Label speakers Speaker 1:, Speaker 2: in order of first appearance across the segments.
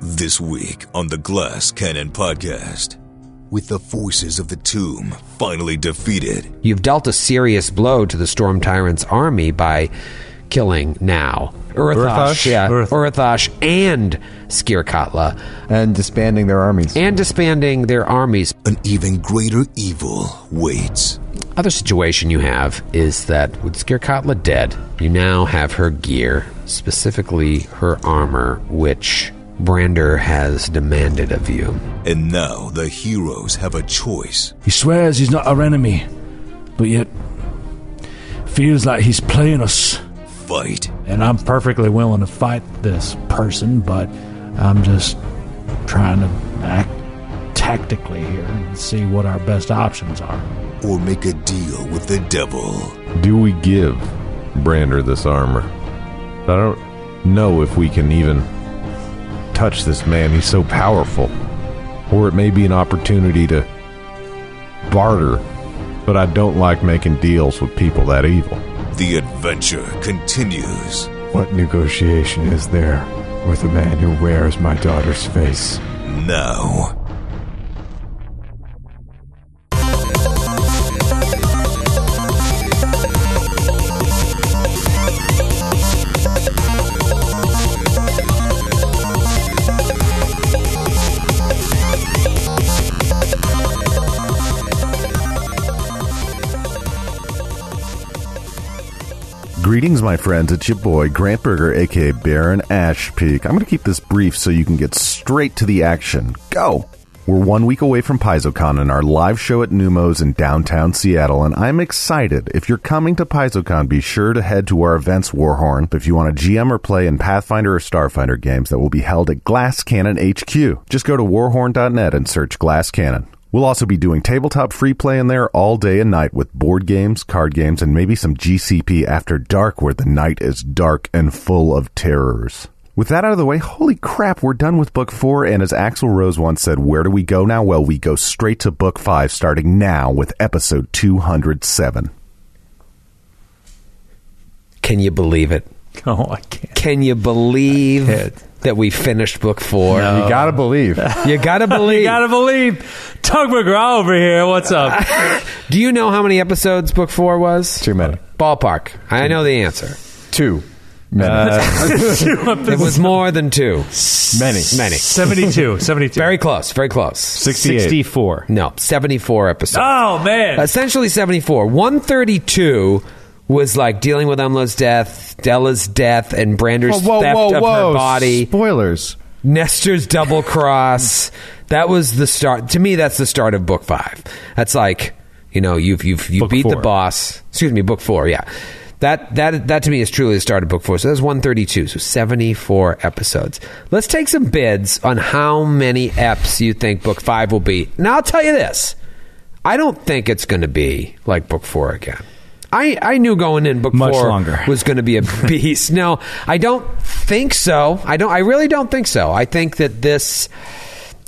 Speaker 1: This week on the Glass Cannon podcast, with the forces of the tomb finally defeated,
Speaker 2: You've dealt a serious blow to the Storm Tyrant's army by killing now Urathash,
Speaker 3: Urathash?
Speaker 2: yeah,
Speaker 3: Urath-
Speaker 2: Urathash and Skirkatla,
Speaker 3: and disbanding their armies.
Speaker 2: and disbanding their armies.
Speaker 1: an even greater evil waits.
Speaker 2: Other situation you have is that with Skirkatla dead, you now have her gear, specifically her armor, which Brander has demanded of you.
Speaker 1: And now the heroes have a choice.
Speaker 4: He swears he's not our enemy, but yet feels like he's playing us.
Speaker 1: Fight.
Speaker 4: And I'm perfectly willing to fight this person, but I'm just trying to act tactically here and see what our best options are.
Speaker 1: or make a deal with the devil.
Speaker 5: Do we give Brander this armor? I don't know if we can even touch this man. He's so powerful. Or it may be an opportunity to barter, but I don't like making deals with people that evil.
Speaker 1: The adventure continues
Speaker 6: What negotiation is there with a man who wears my daughter's face?
Speaker 1: now.
Speaker 7: Greetings, my friends. It's your boy, Grant Berger, aka Baron Ashpeak. I'm going to keep this brief so you can get straight to the action. Go! We're one week away from PaizoCon and our live show at Numos in downtown Seattle, and I'm excited. If you're coming to PaizoCon, be sure to head to our events, Warhorn, if you want to GM or play in Pathfinder or Starfinder games that will be held at Glass Cannon HQ. Just go to warhorn.net and search Glass Cannon. We'll also be doing tabletop free play in there all day and night with board games, card games, and maybe some GCP after dark where the night is dark and full of terrors. With that out of the way, holy crap, we're done with book four. And as Axel Rose once said, where do we go now? Well, we go straight to book five, starting now with episode 207.
Speaker 2: Can you believe it?
Speaker 4: Oh, I can't.
Speaker 2: Can you believe
Speaker 4: can't.
Speaker 2: that we finished book four?
Speaker 3: You gotta believe.
Speaker 2: You gotta believe.
Speaker 4: You gotta believe Tug McGraw over here. What's up?
Speaker 2: Do you know how many episodes book four was?
Speaker 3: Too many.
Speaker 2: Ballpark. I know the answer.
Speaker 3: Two. Many.
Speaker 2: It was more than two.
Speaker 3: many.
Speaker 2: Many.
Speaker 4: 72. 72.
Speaker 2: Very close. Very close.
Speaker 3: 68.
Speaker 8: 64.
Speaker 2: No, 74 episodes.
Speaker 4: oh, man.
Speaker 2: Essentially 74. 132 was like dealing with Umlo's death, Della's death, and Brander's theft of her body,
Speaker 3: Spoilers.
Speaker 2: Nestor's double cross. that was the start. To me, that's the start of book five. That's like, you know, you've, you've, you
Speaker 8: Book
Speaker 2: beat the
Speaker 8: four.
Speaker 2: boss. Excuse me, book four, yeah. That, that, that to me is truly the start of book four. So that's 132, so 74 episodes. Let's take some bids on how many eps you think book five will be. Now, I'll tell you this. I don't think it's going to be like book four again. I, I knew going in book
Speaker 8: Much
Speaker 2: four
Speaker 8: longer.
Speaker 2: was going to be a beast. no, I don't think so. I don't. I really don't think so. I think that this,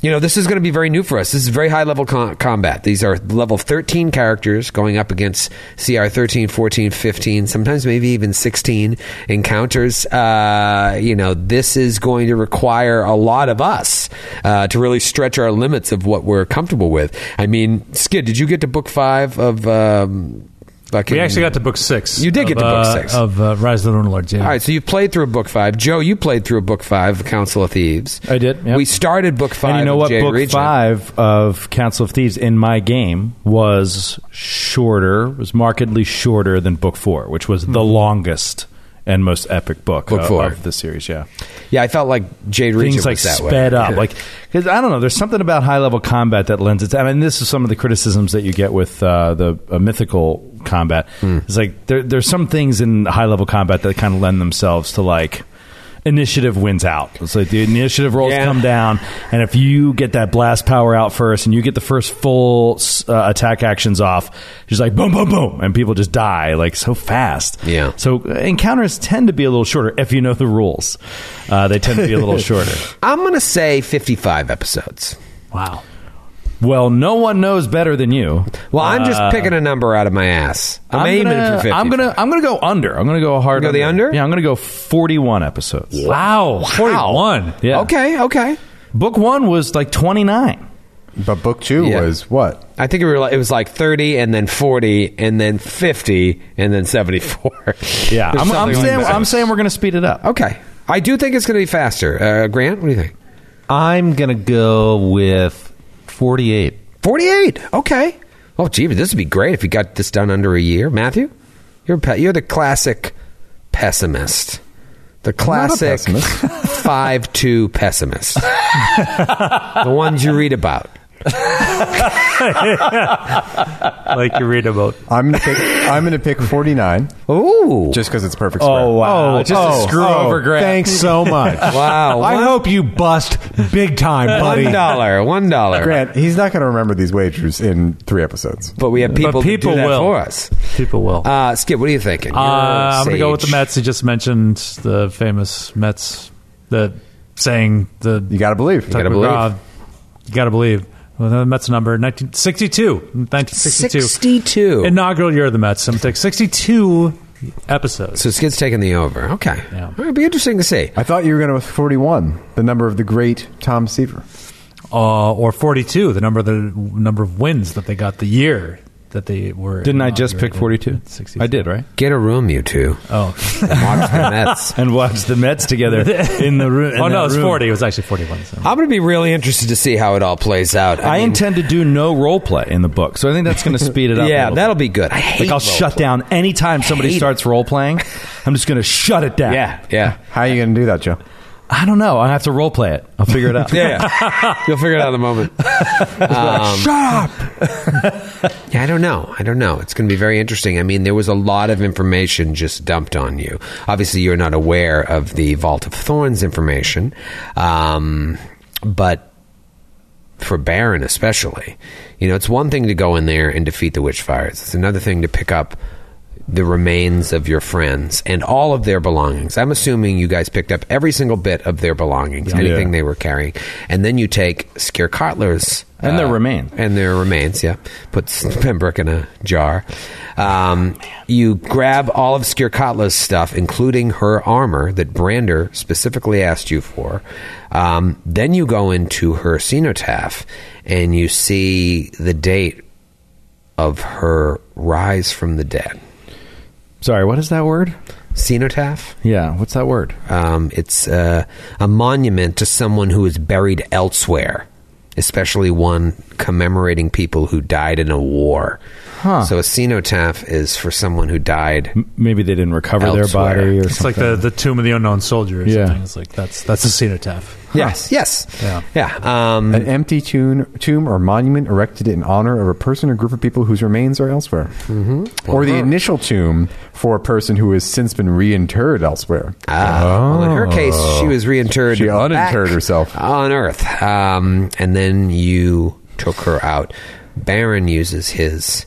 Speaker 2: you know, this is going to be very new for us. This is very high level com- combat. These are level 13 characters going up against CR 13, 14, 15, sometimes maybe even 16 encounters. Uh, you know, this is going to require a lot of us uh, to really stretch our limits of what we're comfortable with. I mean, Skid, did you get to book five of. Um,
Speaker 4: we actually got to book six.
Speaker 2: You did get
Speaker 4: of,
Speaker 2: to book
Speaker 4: uh,
Speaker 2: six.
Speaker 4: Of uh, Rise of the Rune Lords, yeah.
Speaker 2: All right, so you played through book five. Joe, you played through book five, of Council of Thieves.
Speaker 8: I did, yep.
Speaker 2: We started book five.
Speaker 8: And you know
Speaker 2: of
Speaker 8: what?
Speaker 2: Jade
Speaker 8: Book
Speaker 2: Regent.
Speaker 8: five of Council of Thieves in my game was shorter, was markedly shorter than book four, which was the longest and most epic book,
Speaker 2: Hmm. Book
Speaker 8: o-
Speaker 2: four.
Speaker 8: of the series. Yeah,
Speaker 2: Yeah, I felt like Jade Regent
Speaker 8: things like
Speaker 2: was that way.
Speaker 8: sped up, like 'cause I don't know. There's something about high level combat that lends it. I mean, this is some of the criticisms that you get with uh, the uh, mythical combat.
Speaker 2: Hmm.
Speaker 8: It's like there, there's some things in high level combat that kind of lend themselves to like. Initiative wins out. It's like the initiative rolls
Speaker 2: Yeah.
Speaker 8: come down, and if you get that blast power out first, and you get the first full uh, attack actions off, just like boom, boom, boom, and people just die like so fast.
Speaker 2: Yeah.
Speaker 8: So uh, encounters tend to be a little shorter if you know the rules. Uh, they tend to be a little shorter.
Speaker 2: I'm going to say 55 episodes.
Speaker 4: Wow.
Speaker 8: Well, no one knows better than you.
Speaker 2: Well, I'm just picking a number out of my ass. I'm, aiming
Speaker 8: Uh, gonna,
Speaker 2: for 50.
Speaker 8: I'm gonna I'm gonna go under. I'm gonna go hard.
Speaker 2: You go the under?
Speaker 8: Yeah, I'm gonna go 41 episodes.
Speaker 4: Wow. 41.
Speaker 8: Yeah.
Speaker 2: Okay, okay.
Speaker 8: Book one was like 29.
Speaker 3: But book two
Speaker 2: Yeah.
Speaker 3: was what?
Speaker 2: I think it were like- it was like 30 and then 40 and then 50 and then 74.
Speaker 8: Yeah,
Speaker 2: There's
Speaker 8: I'm, I'm
Speaker 2: something like
Speaker 8: saying
Speaker 2: that.
Speaker 8: I'm saying we're going to speed it up.
Speaker 2: Okay. I do think it's going to be faster. Uh, Grant, what do you think?
Speaker 9: I'm gonna go with 48.
Speaker 2: 48. Okay. Oh, gee, but this would be great if we got this done under a year. Matthew, you're pe- you're the classic pessimist. The classic five two pessimist. the ones you read about.
Speaker 10: like you read about.
Speaker 3: I'm gonna pick. I'm gonna pick 49
Speaker 2: Ooh.
Speaker 3: just because it's perfect. Oh, Square.
Speaker 8: wow!
Speaker 6: just a screw over Grant. Thanks so much.
Speaker 2: Wow.
Speaker 6: I
Speaker 2: One-
Speaker 6: hope you bust big time, buddy.
Speaker 2: one dollar. One dollar.
Speaker 3: Grant, he's not gonna remember these wagers in three episodes.
Speaker 2: But we have people, that
Speaker 10: people
Speaker 2: do that
Speaker 10: will.
Speaker 2: for us.
Speaker 10: People will.
Speaker 2: Uh, Skip, what are you thinking? You're
Speaker 4: Uh, I'm gonna go with the
Speaker 2: sage.
Speaker 4: Mets. You just mentioned the famous Mets, the saying the
Speaker 3: You gotta believe.
Speaker 4: Tuck
Speaker 2: gotta believe.
Speaker 4: McGraw, you gotta believe. Well, the Mets number 1962, 1962
Speaker 2: 62.
Speaker 4: inaugural year of the Mets. I'm gonna take 62 episodes.
Speaker 2: so Skid's taking the over. Okay.
Speaker 4: Yeah.
Speaker 2: It'd be interesting to see.
Speaker 3: I thought you were gonna go with 41, the number of the great Tom Seaver.
Speaker 4: uh, or 42, the number of the number of wins that they got the year that they were.
Speaker 8: Didn't I just pick
Speaker 4: inaugurated.
Speaker 8: 42?
Speaker 4: 62.
Speaker 8: I did, right?
Speaker 2: Get a room, you two.
Speaker 4: Oh,
Speaker 2: and Watch the Mets.
Speaker 8: And watched the Mets together in the room.
Speaker 4: oh
Speaker 8: in that
Speaker 4: no, it's
Speaker 8: room.
Speaker 4: 40. It was actually 41. So.
Speaker 2: I'm going to be really interested to see how it all plays out.
Speaker 8: I,
Speaker 2: mean,
Speaker 8: intend to do no role play in the book, so I think that's going to speed it up. a
Speaker 2: Yeah,
Speaker 8: little
Speaker 2: that'll
Speaker 8: bit.
Speaker 2: be good. I hate
Speaker 8: Like I'll
Speaker 2: role
Speaker 8: shut
Speaker 2: play.
Speaker 8: down anytime somebody
Speaker 2: Hate it.
Speaker 8: starts role playing. I'm just going to shut it down.
Speaker 2: Yeah, yeah,
Speaker 3: How are you gonna do that, Joe?
Speaker 8: I don't know. I have to role play it. I'll figure it out.
Speaker 2: yeah. You'll figure it out in a moment.
Speaker 8: Shut up.
Speaker 2: Yeah, I don't know. I don't know. It's going to be very interesting. I mean, there was a lot of information just dumped on you. Obviously, you're not aware of the Vault of Thorns information, um, but for Baron especially, you know, it's one thing to go in there and defeat the Witchfires. It's another thing to pick up the remains of your friends and all of their belongings. I'm assuming you guys picked up every single bit of their belongings, anything they were carrying, and then you take Scare Cotler's
Speaker 8: And their remains.
Speaker 2: Uh, and their remains. Yeah, puts Pembroke in a jar. Um, you grab all of Skirkatla's stuff, including her armor that Brander specifically asked you for. Um, then you go into her cenotaph, and you see the date of her rise from the dead.
Speaker 8: Sorry, what is that word?
Speaker 2: Cenotaph.
Speaker 8: Yeah, what's that word?
Speaker 2: Um, it's uh, a monument to someone who is buried elsewhere, especially one commemorating people who died in a war. So a cenotaph is for someone who died.
Speaker 8: Maybe they didn't recover
Speaker 2: Elsewhere.
Speaker 8: their body or
Speaker 4: It's
Speaker 8: something.
Speaker 4: like the, the Tomb of the Unknown Soldier or
Speaker 8: Yeah.
Speaker 4: something. It's like that's that's a cenotaph.
Speaker 2: Yes, yes,
Speaker 4: Yeah.
Speaker 2: yeah. Um,
Speaker 3: An empty tomb, tomb or monument erected in honor of a person or group of people whose remains are elsewhere. Mm-hmm. Or the initial tomb for a person who has since been reinterred elsewhere.
Speaker 2: Ah, well, in her case, she was reinterred.
Speaker 3: Oh. She
Speaker 2: back
Speaker 3: uninterred herself.
Speaker 2: on Earth, um, and then you took her out. Baron uses his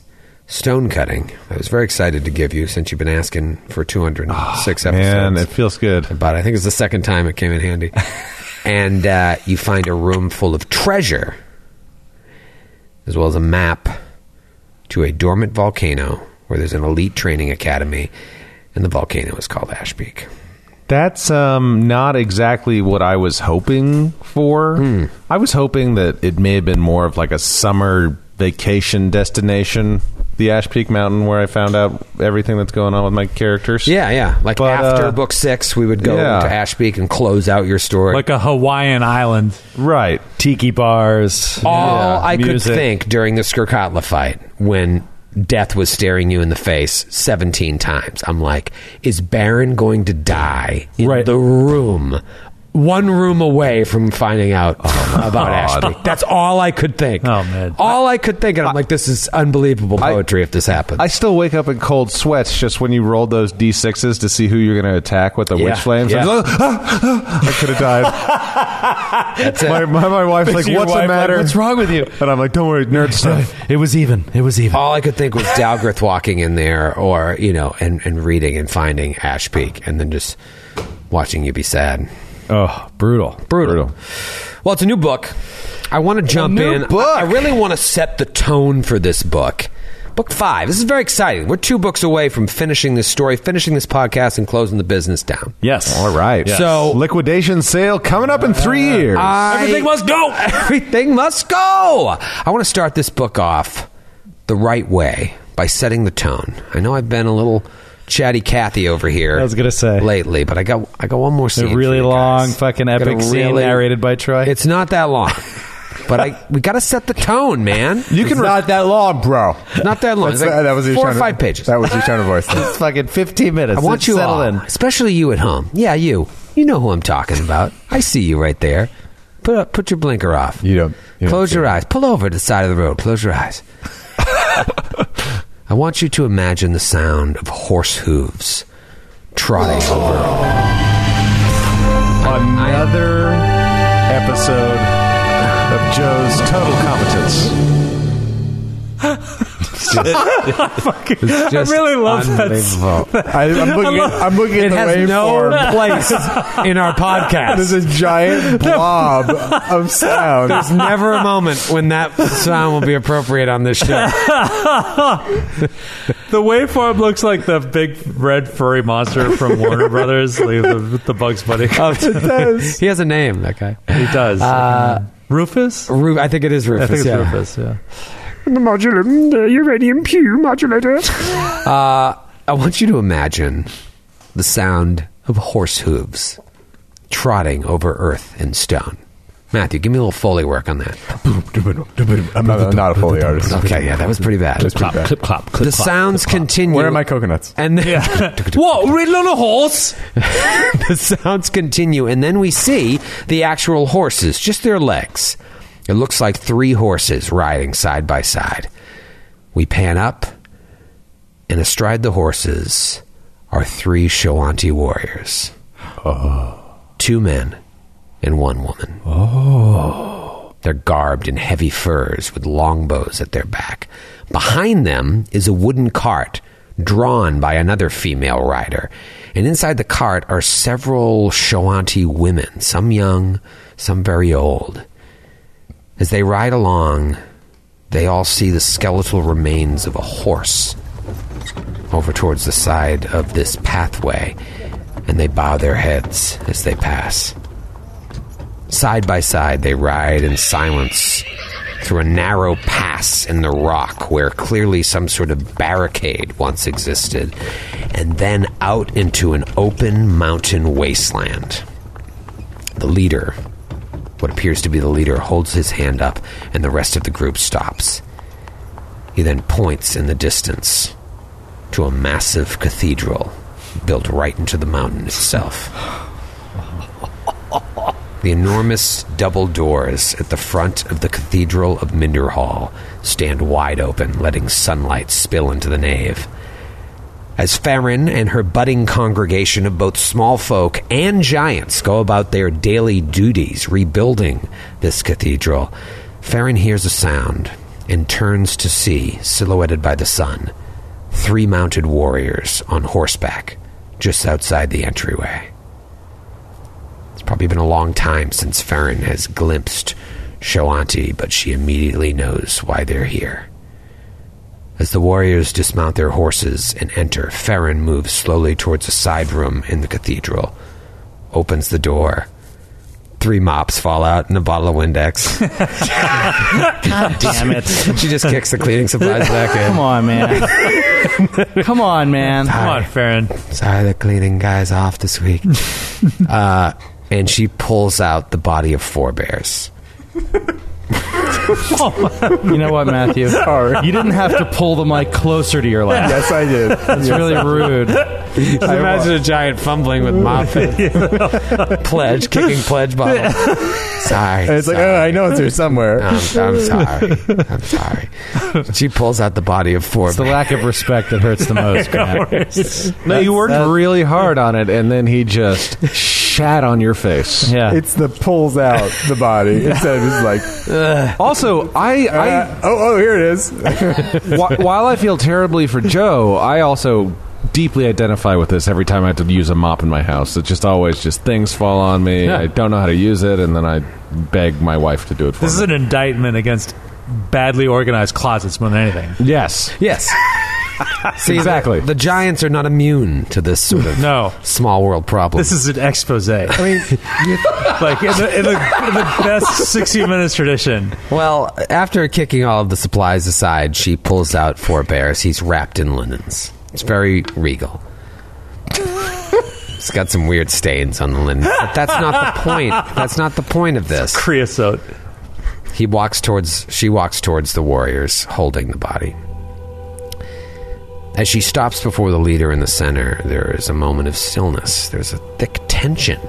Speaker 2: stone cutting. I was very excited to give you since you've been asking for 206
Speaker 3: Ah,
Speaker 2: episodes.
Speaker 5: Man, it feels good.
Speaker 2: but I think it's the second time it came in handy. and uh, you find a room full of treasure, as well as a map to a dormant volcano where there's an elite training academy, and the volcano is called Ash Peak.
Speaker 5: That's um, not exactly what I was hoping for.
Speaker 2: Hmm.
Speaker 5: I was hoping that it may have been more of like a summer vacation destination, the Ash Peak Mountain, where I found out everything that's going on with my characters.
Speaker 2: Yeah, yeah. Like
Speaker 5: But,
Speaker 2: after
Speaker 5: uh,
Speaker 2: book six, we would go
Speaker 5: yeah.
Speaker 2: to Ash Peak and close out your story.
Speaker 4: Like a Hawaiian island.
Speaker 5: Right.
Speaker 8: tiki bars.
Speaker 2: all I
Speaker 8: music.
Speaker 2: could think during the Skirkatla fight when death was staring you in the face 17 times. I'm like, is Baron going to die in
Speaker 8: Right.
Speaker 2: the room? One room away from finding out about Ash Peak. That's all I could think.
Speaker 4: Oh, man.
Speaker 2: All I could think. And I'm like, this is unbelievable poetry if this happens.
Speaker 5: I still wake up in cold sweats just when you roll those d6s to see who you're going to attack with the witch flames.
Speaker 2: yeah.
Speaker 5: I'm like,
Speaker 6: I could have died.
Speaker 2: That's it.
Speaker 6: My, my, my wife's like,
Speaker 5: your
Speaker 6: "What's the
Speaker 5: wife, like,
Speaker 6: matter?
Speaker 5: "What's
Speaker 6: wrong with you?" And I'm like, "Don't worry, nerd stuff."
Speaker 8: It was even. It was even.
Speaker 2: all I could think was Dalgrith walking in there or, you know, and, and reading and finding Ash Peak and then just watching you be sad.
Speaker 8: Oh, brutal.
Speaker 2: Brutal. Well, it's a new book. I want to jump
Speaker 8: new
Speaker 2: in. I-
Speaker 8: book.
Speaker 2: I, really want to set the tone for this book Book five. This is very exciting. We're two books away from finishing this story, finishing this podcast, and closing the business down.
Speaker 8: Yes.
Speaker 5: All right.
Speaker 2: So- uh,
Speaker 5: liquidation sale coming up in three years.
Speaker 2: I-
Speaker 8: Everything must go.
Speaker 2: Everything must go. I want to start this book off the right way by setting the tone. I know I've been a little chatty Cathy over here.
Speaker 8: I was gonna say.
Speaker 2: lately, but I got I got one more
Speaker 8: A
Speaker 2: scene.
Speaker 8: really
Speaker 2: for you
Speaker 8: long,
Speaker 2: guys.
Speaker 8: fucking
Speaker 2: Got a
Speaker 8: epic scene
Speaker 2: really-
Speaker 8: narrated by Troy.
Speaker 2: It's not that long, but I we got to set the tone, man.
Speaker 5: you can re-
Speaker 3: Not that long, Oh, bro.
Speaker 2: Not that long.
Speaker 3: That's-
Speaker 2: It's like
Speaker 3: that was your
Speaker 2: four or
Speaker 3: tone of-
Speaker 2: five pages.
Speaker 3: That was your tone of voice.
Speaker 9: It's fucking 15 minutes.
Speaker 2: I want you all, especially you at home. Yeah, you. You know who I'm talking about. I see you right there. Put up, put your blinker off.
Speaker 3: You don't. You
Speaker 2: Close
Speaker 3: don't
Speaker 2: your eyes. Pull over to the side of the road. Close your eyes. I want you to imagine the sound of horse hooves trotting over.
Speaker 5: another episode of Joe's total competence.
Speaker 2: It's just
Speaker 10: really love that.
Speaker 2: unbelievable.
Speaker 3: I, I'm looking. At, I'm looking at
Speaker 2: It
Speaker 3: the
Speaker 2: has
Speaker 3: waveform.
Speaker 2: no place in our
Speaker 3: There's
Speaker 2: podcast.
Speaker 3: a giant blob of sound.
Speaker 2: There's never a moment when that sound will be appropriate on this show.
Speaker 10: The waveform looks like the big red furry monster from Warner Brothers. Leave the, the Bugs Bunny.
Speaker 2: He has a name, that guy.
Speaker 10: he does.
Speaker 2: Uh,
Speaker 10: Rufus?
Speaker 2: Ru- I think it is Rufus.
Speaker 10: I think it's
Speaker 2: yeah.
Speaker 10: Rufus. Yeah.
Speaker 2: Uh,
Speaker 6: The modulum, the uranium pew modulator.
Speaker 2: I want you to imagine the sound of horse hooves trotting over earth and stone. Matthew, give me a little foley work on that.
Speaker 3: I'm not, not a Foley artist.
Speaker 2: Okay, yeah, that was pretty bad.
Speaker 3: That's pretty bad.
Speaker 4: clop,
Speaker 2: the sounds continue.
Speaker 3: Where are my coconuts?
Speaker 2: And then
Speaker 10: Whoa, riddle on a horse?
Speaker 2: the sounds continue, and then we see the actual horses, just their legs. It looks like three horses riding side by side. We pan up, and astride the horses are three Shawanti warriors.
Speaker 3: Oh.
Speaker 2: Two men and one woman. Oh. They're garbed in heavy furs with longbows at their back. Behind them is a wooden cart drawn by another female rider. And inside the cart are several Shawanti women, some young, some very old. As they ride along, they all see the skeletal remains of a horse over towards the side of this pathway, and they bow their heads as they pass. Side by side, they ride in silence through a narrow pass in the rock where clearly some sort of barricade once existed, and then out into an open mountain wasteland. The leader, what appears to be the leader, holds his hand up, and the rest of the group stops. He then points in the distance to a massive cathedral built right into the mountain itself. The enormous double doors at the front of the Cathedral of Minder Hall stand wide open, letting sunlight spill into the nave. As Farron and her budding congregation of both small folk and giants go about their daily duties rebuilding this cathedral, Farron hears a sound and turns to see, silhouetted by the sun, three mounted warriors on horseback just outside the entryway. It's probably been a long time since Farron has glimpsed Shawanti, but she immediately knows why they're here. As the warriors dismount their horses and enter, Farron moves slowly towards a side room in the cathedral, opens the door. Three mops fall out and a bottle of Windex.
Speaker 4: Damn it.
Speaker 2: she just kicks the cleaning supplies back in.
Speaker 4: Come on, man. Come on, man.
Speaker 10: Come on, Farron.
Speaker 2: sorry the cleaning guy's off this week uh, and she pulls out the body of four bears
Speaker 4: Oh, You know what, Matthew? You didn't have to pull the mic closer to your lap.
Speaker 3: Yes, I did.
Speaker 4: That's really rude.
Speaker 2: imagine a giant fumbling with muffin pledge kicking pledge bottle sorry
Speaker 3: And it's like, oh, I know it's here somewhere.
Speaker 2: I'm, I'm sorry i'm sorry she pulls out the body of four
Speaker 4: It's the
Speaker 2: bears
Speaker 4: lack of respect that hurts the most, Grant.
Speaker 5: No, you worked really hard on it, and then he just shat on your face.
Speaker 4: Yeah.
Speaker 3: It's the pulls out the body instead of just like,
Speaker 5: Also, I, I
Speaker 3: uh, oh, oh, here it is.
Speaker 5: wh- while I feel terribly for Joe, I also deeply identify with this every time I have to use a mop in my house. It just always just things fall on me. I don't know how to use it, and then I beg my wife to do it for
Speaker 10: This is
Speaker 5: me.
Speaker 10: an indictment against badly organized closets more than anything.
Speaker 8: Yes.
Speaker 2: Yes. See, the-
Speaker 10: Exactly.
Speaker 2: The, Giants are not immune to this sort of
Speaker 10: no.
Speaker 2: small world problem.
Speaker 10: This is an expose. I mean, like in the, in the, in the best 60 minutes tradition.
Speaker 2: Well, after kicking all of the supplies aside, she pulls out four bears. He's wrapped in linens. It's very regal. It's got some weird stains on the linen. But that's not the point. That's not the point of this.
Speaker 10: creosote.
Speaker 2: He walks towards she walks towards the warriors holding the body. As she stops before the leader in the center, there is a moment of stillness. There's a thick tension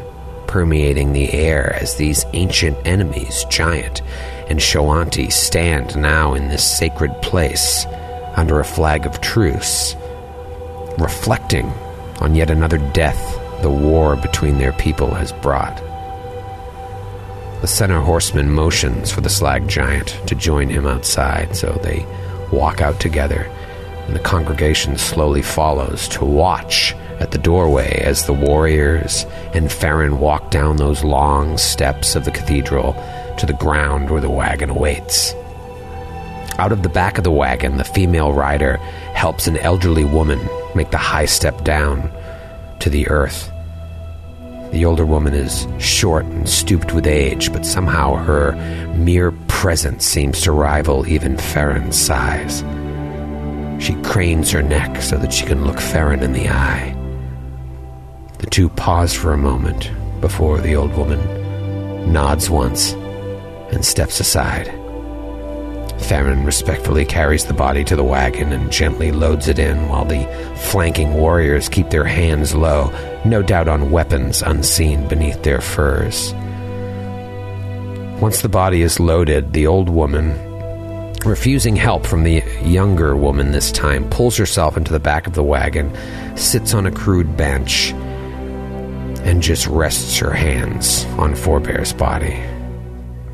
Speaker 2: permeating the air as these ancient enemies, Giant and Shoanti, stand now in this sacred place under a flag of truce, reflecting on yet another death the war between their people has brought. The center horseman motions for the slag giant to join him outside, so they walk out together, and the congregation slowly follows to watch at the doorway as the warriors and Farron walk down those long steps of the cathedral to the ground where the wagon awaits. Out of the back of the wagon, the female rider helps an elderly woman make the high step down to the earth. The older woman is short and stooped with age, but somehow her mere presence seems to rival even Farron's size. She cranes her neck so that she can look Farron in the eye. The two pause for a moment before the old woman nods once and steps aside. Farron respectfully carries the body to the wagon and gently loads it in while the flanking warriors keep their hands low, no doubt on weapons unseen beneath their furs. Once the body is loaded, the old woman, refusing help from the younger woman this time, pulls herself into the back of the wagon, sits on a crude bench, and just rests her hands on Forebear's body.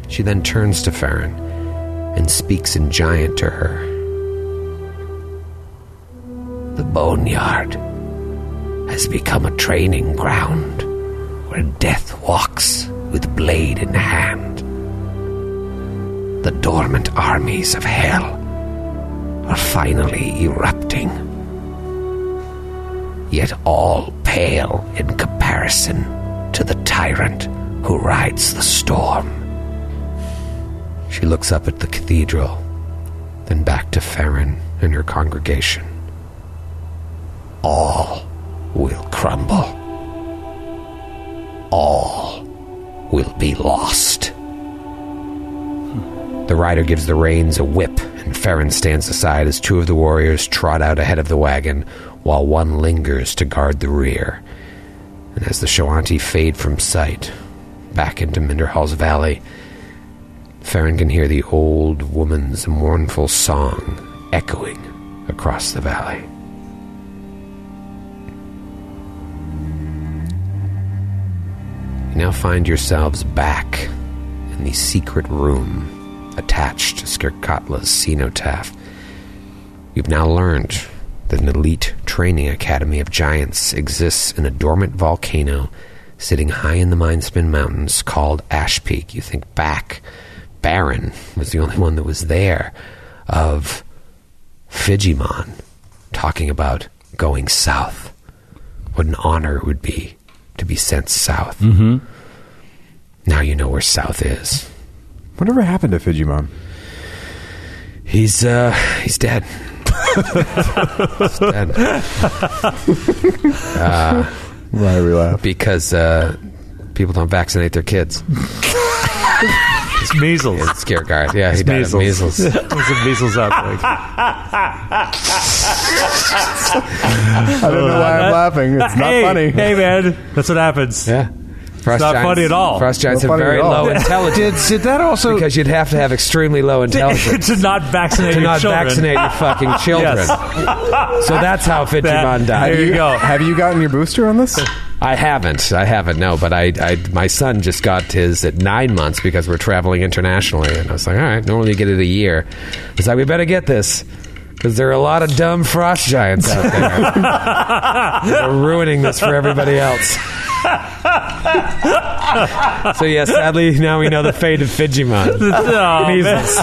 Speaker 2: She then turns to Farron and speaks in giant to her. The boneyard has become a training ground where death walks with blade in hand. The dormant armies of hell are finally erupting, yet all pale in comparison to the tyrant who rides the storm. She looks up at the cathedral, then back to Farron and her congregation. All will crumble. All will be lost. The rider gives the reins a whip, and Farron stands aside as two of the warriors trot out ahead of the wagon, while one lingers to guard the rear. And as the Shawanti fade from sight, back into Minderhall's Valley, Farron can hear the old woman's mournful song echoing across the valley. You now find yourselves back in the secret room attached to Skirkatla's cenotaph. You've now learned that an elite training academy of giants exists in a dormant volcano sitting high in the Mindspin Mountains called Ash Peak. You think back, Baron was the only one that was there of Fijimon talking about going south. What an honor it would be to be sent south.
Speaker 3: Mm-hmm.
Speaker 2: Now you know where south is.
Speaker 3: Whatever happened to Fijimon?
Speaker 2: He's uh he's dead. he's dead. Uh,
Speaker 3: Why we laugh?
Speaker 2: Because uh, people don't vaccinate their kids.
Speaker 10: It's measles.
Speaker 2: It's scare guard. Yeah, he
Speaker 10: It's
Speaker 2: died of measles.
Speaker 10: it was a measles outbreak.
Speaker 3: I don't know why I'm laughing. It's not
Speaker 10: hey,
Speaker 3: funny.
Speaker 10: Hey, man, that's what happens.
Speaker 2: Yeah.
Speaker 10: it's not funny at all.
Speaker 2: Frost giants
Speaker 10: Not
Speaker 2: have
Speaker 10: funny
Speaker 2: very
Speaker 10: at all.
Speaker 2: low intelligence.
Speaker 8: Did, that also
Speaker 2: because you'd have to have extremely low intelligence
Speaker 10: to not vaccinate
Speaker 2: to
Speaker 10: your
Speaker 2: not
Speaker 10: children.
Speaker 2: vaccinate your fucking children. So that's how Fijimon
Speaker 10: That-
Speaker 2: died.
Speaker 10: there you go.
Speaker 3: Have you gotten your booster on this?
Speaker 2: I haven't. I haven't. No, but I, I, my son just got his at nine months because we're traveling internationally, and I was like, all right, normally you get it a year. I was like, we better get this because there are a lot of dumb frost giants out there. we're ruining this for everybody else. so yeah, sadly now we know the fate of Fijimon.
Speaker 10: Oh,
Speaker 2: Measles.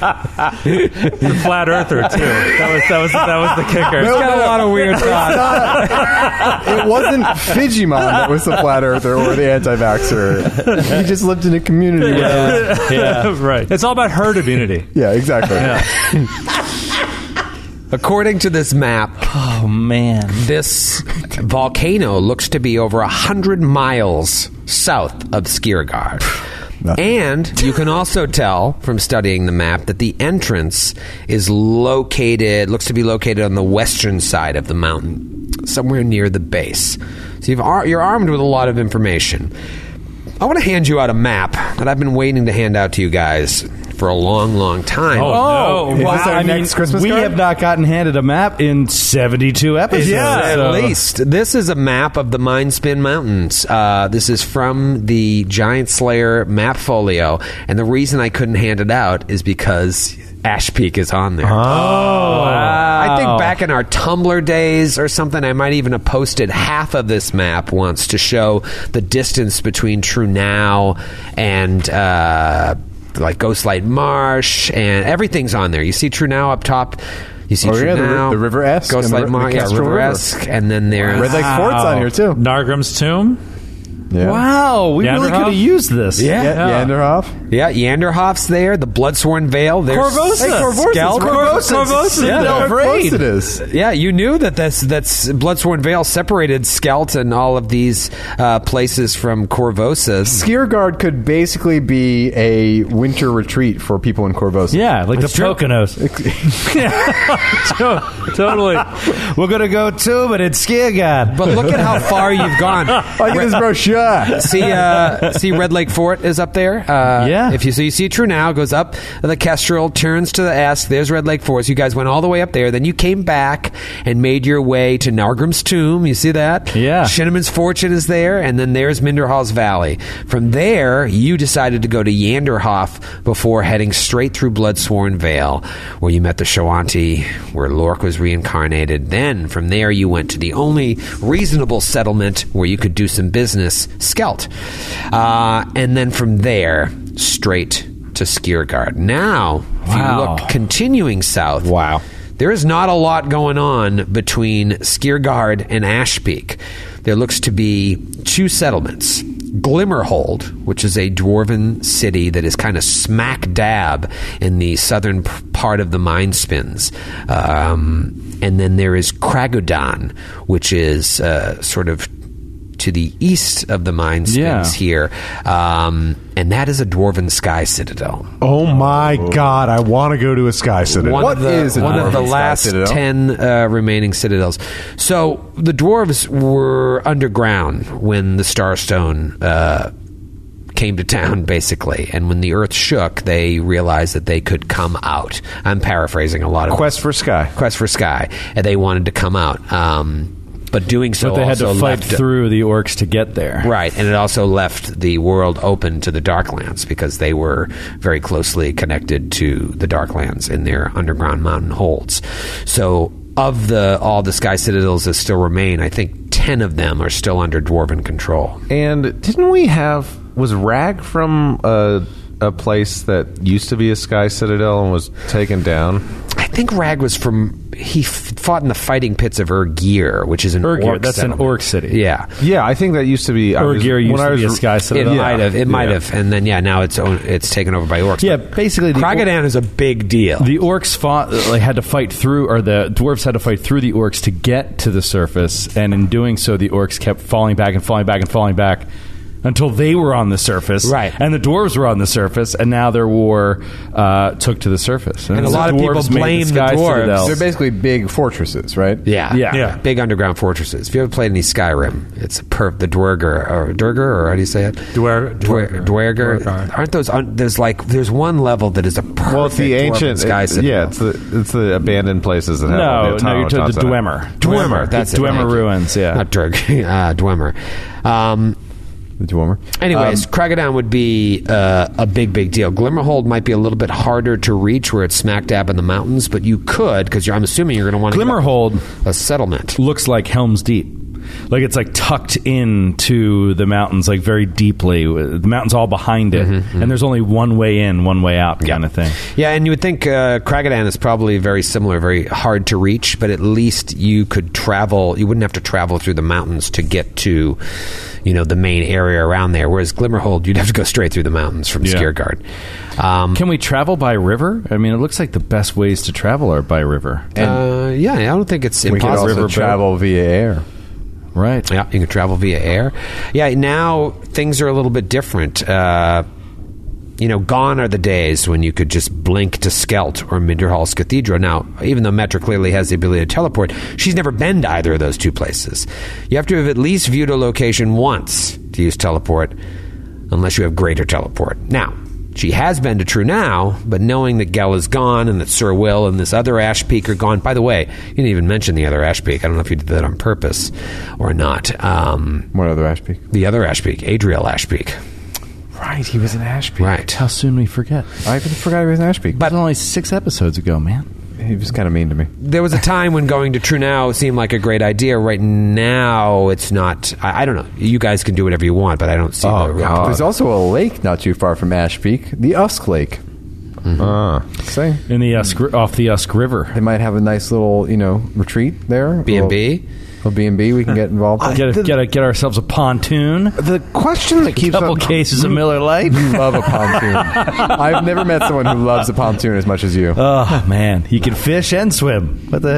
Speaker 10: the flat earther too. That was that was that was the kicker.
Speaker 2: It's got a lot of weird thoughts.
Speaker 3: it wasn't Fijimon that was the flat earther or the anti-vaxxer. He just lived in a community. Where
Speaker 10: yeah, right. It's all about herd immunity.
Speaker 3: yeah, exactly.
Speaker 2: According to this map,
Speaker 4: Oh man.
Speaker 2: this volcano looks to be over 100 miles south of Skirgard. And you can also tell from studying the map that the entrance is located, looks to be located on the western side of the mountain, somewhere near the base. So you've, ar- you're armed with a lot of information. I want to hand you out a map that I've been waiting to hand out to you guys for a long, long time.
Speaker 10: Oh, no.
Speaker 8: Wow,
Speaker 3: this our
Speaker 8: I mean,
Speaker 3: next Christmas
Speaker 8: we
Speaker 3: card?
Speaker 8: have not gotten handed a map in 72 episodes.
Speaker 2: at
Speaker 8: so-
Speaker 2: least this is a map of the Mindspin Mountains. Uh, this is from the Giant Slayer map folio, and the reason I couldn't hand it out is because Ash Peak is on there. I think back in our Tumblr days or something, I might even have posted half of this map once to show the distance between True Now and. Uh, like Ghostlight Marsh and everything's on there. You see True Now up top. You see
Speaker 3: Oh,
Speaker 2: True
Speaker 3: yeah, the ri-
Speaker 2: Now,
Speaker 3: the River Esk and the
Speaker 2: Ghostlight
Speaker 3: ri- the
Speaker 2: Marsh, yeah,
Speaker 3: Kestrel
Speaker 2: River
Speaker 3: River.
Speaker 2: Esk, and then there's
Speaker 3: Red Lake Fort's on here too.
Speaker 10: Nargrim's tomb.
Speaker 3: Yeah.
Speaker 8: Wow, we really
Speaker 10: Yanderhoff?
Speaker 8: could have used this.
Speaker 2: Yeah.
Speaker 3: Yeah, Yanderhoff.
Speaker 2: Yeah, Yanderhoff's there. The Bloodsworn Veil. There's
Speaker 10: Corvosa. Hey, Corvosa.
Speaker 2: Skellig.
Speaker 10: Corvosa. Corvosa.
Speaker 2: Yeah.
Speaker 10: Yeah.
Speaker 3: How close it is.
Speaker 2: Yeah, you knew that that's that's Bloodsworn Veil separated Skelt and all of these uh, places from Corvosa's.
Speaker 3: Skiergard could basically be a winter retreat for people in Corvosa.
Speaker 8: Yeah, like
Speaker 2: That's
Speaker 8: the
Speaker 2: true.
Speaker 8: Poconos.
Speaker 10: Totally.
Speaker 8: We're gonna go too, but it's Skiergard.
Speaker 2: But look at how far you've gone.
Speaker 3: I get this brochure.
Speaker 2: See, uh, see, Red Lake Fort is up there. Uh,
Speaker 8: Yeah.
Speaker 2: If you so you see True Now goes up the Kestrel, turns to the S. There's Red Lake Forest. You guys went all the way up there. Then you came back and made your way to Nargrim's tomb. You see that?
Speaker 8: Yeah.
Speaker 2: Shinneman's fortune is there, and then there's Minderhall's Valley. From there, you decided to go to Yanderhof before heading straight through Bloodsworn Vale, where you met the Shawanti, where Lork was reincarnated. Then from there, you went to the only reasonable settlement where you could do some business, Skelt. Uh, and then from there, straight to Skiergard. Now, if
Speaker 8: Wow.
Speaker 2: you look continuing south,
Speaker 8: Wow.
Speaker 2: there is not a lot going on between Skiergard and Ashpeak. There looks to be two settlements. Glimmerhold, which is a dwarven city that is kind of smack dab in the southern p- part of the mine spins. Um, and then there is Kragodan, which is uh, sort of to the east of the mine spins
Speaker 8: Yeah.
Speaker 2: here. Um, and that is a dwarven sky citadel.
Speaker 5: Oh my god, I want to go to a sky citadel.
Speaker 2: One
Speaker 3: What
Speaker 2: of the,
Speaker 3: is a
Speaker 2: one of
Speaker 3: dwarven
Speaker 2: the
Speaker 3: sky
Speaker 2: last
Speaker 3: citadel?
Speaker 2: ten uh, remaining citadels? So the dwarves were underground when the Starstone uh, came to town, basically, and when the Earth shook, they realized that they could come out. I'm paraphrasing a lot of
Speaker 5: Quest for Sky.
Speaker 2: Quest for Sky, and they wanted to come out, um, but doing so
Speaker 8: But they had to
Speaker 2: also
Speaker 8: fight
Speaker 2: left-
Speaker 8: through the orcs to get there.
Speaker 2: Right, and it also left the world open to the Darklands because they were very closely connected to the Darklands in their underground mountain holds. So, of the all the Sky Citadels that still remain, I think ten of them are still under Dwarven control.
Speaker 9: And didn't we have was Rag from a a place that used to be a sky citadel and was taken down?
Speaker 2: I think Rag was from he f- fought in the fighting pits of Urgir, which is an
Speaker 8: Urgir,
Speaker 2: orc
Speaker 8: that's an
Speaker 2: settlement.
Speaker 8: orc city.
Speaker 2: Yeah.
Speaker 9: Yeah, I think that used to be. I was-
Speaker 8: Urgir used
Speaker 9: when I
Speaker 8: to be a
Speaker 9: was-
Speaker 8: sky
Speaker 2: It
Speaker 8: citadel.
Speaker 2: might have, it might
Speaker 9: Yeah.
Speaker 2: have, and then yeah, now it's own, it's taken over by orcs.
Speaker 8: Yeah,
Speaker 2: But
Speaker 8: basically the
Speaker 2: Kragadan is a big deal.
Speaker 8: The orcs fought, like, had to fight through, or the dwarves had to fight through the orcs to get to the surface, and in doing so, the orcs kept falling back and falling back and falling back until they were on the surface,
Speaker 2: Right.
Speaker 8: And the dwarves were on the surface, and now their war uh, took to the surface.
Speaker 2: And a lot of people
Speaker 8: dwarves made
Speaker 2: blame the
Speaker 8: Sky
Speaker 2: dwarves.
Speaker 8: Citadel.
Speaker 3: They're basically big fortresses, right?
Speaker 2: Yeah.
Speaker 8: Yeah. Yeah.
Speaker 2: Big underground fortresses. If you ever played any Skyrim, it's a perf the Dwerger or Durger or how do you say it?
Speaker 10: Dwer-
Speaker 2: Dwer- Dwerger. Aren't those un- there's like there's one level that is a perfect
Speaker 9: Well, it's the
Speaker 2: dwarven
Speaker 9: ancient.
Speaker 2: sky
Speaker 9: it-
Speaker 2: citadel.
Speaker 9: yeah, it's the it's the abandoned places that have all
Speaker 8: No,
Speaker 9: the
Speaker 8: no, you're
Speaker 9: automatons
Speaker 8: to the
Speaker 9: in it.
Speaker 8: Dwemer.
Speaker 2: Dwemer. That's it.
Speaker 8: Dwemer
Speaker 2: Thank you.
Speaker 8: ruins. Yeah,
Speaker 2: Not Durg. uh, Dwemer. Um,
Speaker 3: the Dwemer.
Speaker 2: Anyways,
Speaker 9: Um,
Speaker 2: Kragadon would be uh, a big, big deal. Glimmerhold might be a little bit harder to reach where it's smack dab in the mountains, but you could, because I'm assuming you're going to want
Speaker 8: Glimmerhold
Speaker 2: a settlement
Speaker 8: looks like Helm's Deep. Like it's like tucked into the mountains, like very deeply. The mountains all behind it, and there's only one way in, one way out, kind of thing.
Speaker 2: Mm-hmm, Yeah, and you would think uh, Kragadan is probably very similar, very hard to reach, but at least you could travel. You wouldn't have to travel through the mountains to get to, you know, the main area around there. Whereas Glimmerhold, you'd have to go straight through the mountains from
Speaker 8: Yeah.
Speaker 2: Skiergard. Um,
Speaker 8: Can we travel by river? I mean, it looks like the best ways to travel are by river.
Speaker 2: uh, yeah, I don't think it's
Speaker 3: We could
Speaker 2: impossible.
Speaker 3: also travel via air.
Speaker 8: Right.
Speaker 2: Yeah, you can travel via air. Yeah, now things are a little bit different. Uh, you know, gone are the days when you could just blink to Skelt or Minderhall's Cathedral. Now, even though Metra clearly has the ability to teleport, she's never been to either of those two places. You have to have at least viewed a location once to use teleport, unless you have greater teleport. Now, she has been to True Now, but knowing that Gel is gone and that Sir Will and this other Ash Peak are gone. By the way, you didn't even mention the other Ash Peak. I don't know if you did that on purpose or not. Um,
Speaker 3: What other ash peak?
Speaker 2: the other Ash Peak, Adriel Ash Peak.
Speaker 3: Right, he was an ash peak.
Speaker 2: Right.
Speaker 11: How soon we forget?
Speaker 3: I even forgot he was an ash peak.
Speaker 11: But only six episodes ago, man.
Speaker 3: He was kind of mean to me.
Speaker 2: there was a time when going to True Now seemed like a great idea. Right now, it's not. I, I don't know. You guys can do whatever you want, but I don't see. the real
Speaker 3: There's also a lake not too far from Ash Peak, the Usk Lake.
Speaker 9: Ah.
Speaker 3: Say
Speaker 8: In the Usk, off the Usk River.
Speaker 3: they might have a nice little, you know, retreat there.
Speaker 2: B&B?
Speaker 3: A B and B we can get involved. with.
Speaker 8: Get, a, get, a, get ourselves a pontoon.
Speaker 12: The question that keeps
Speaker 8: Couple
Speaker 12: on-
Speaker 8: cases of Miller Lite.
Speaker 3: You love a pontoon. I've never met someone who loves a pontoon as much as you.
Speaker 8: Oh man, he can fish and swim. What the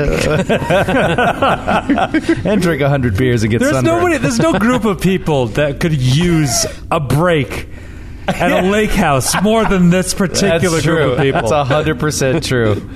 Speaker 8: and drink hundred beers and get
Speaker 4: There's
Speaker 8: sunburned.
Speaker 4: nobody. There's no group of people that could use a break at a lake house more than this particular group of people.
Speaker 8: hundred percent true.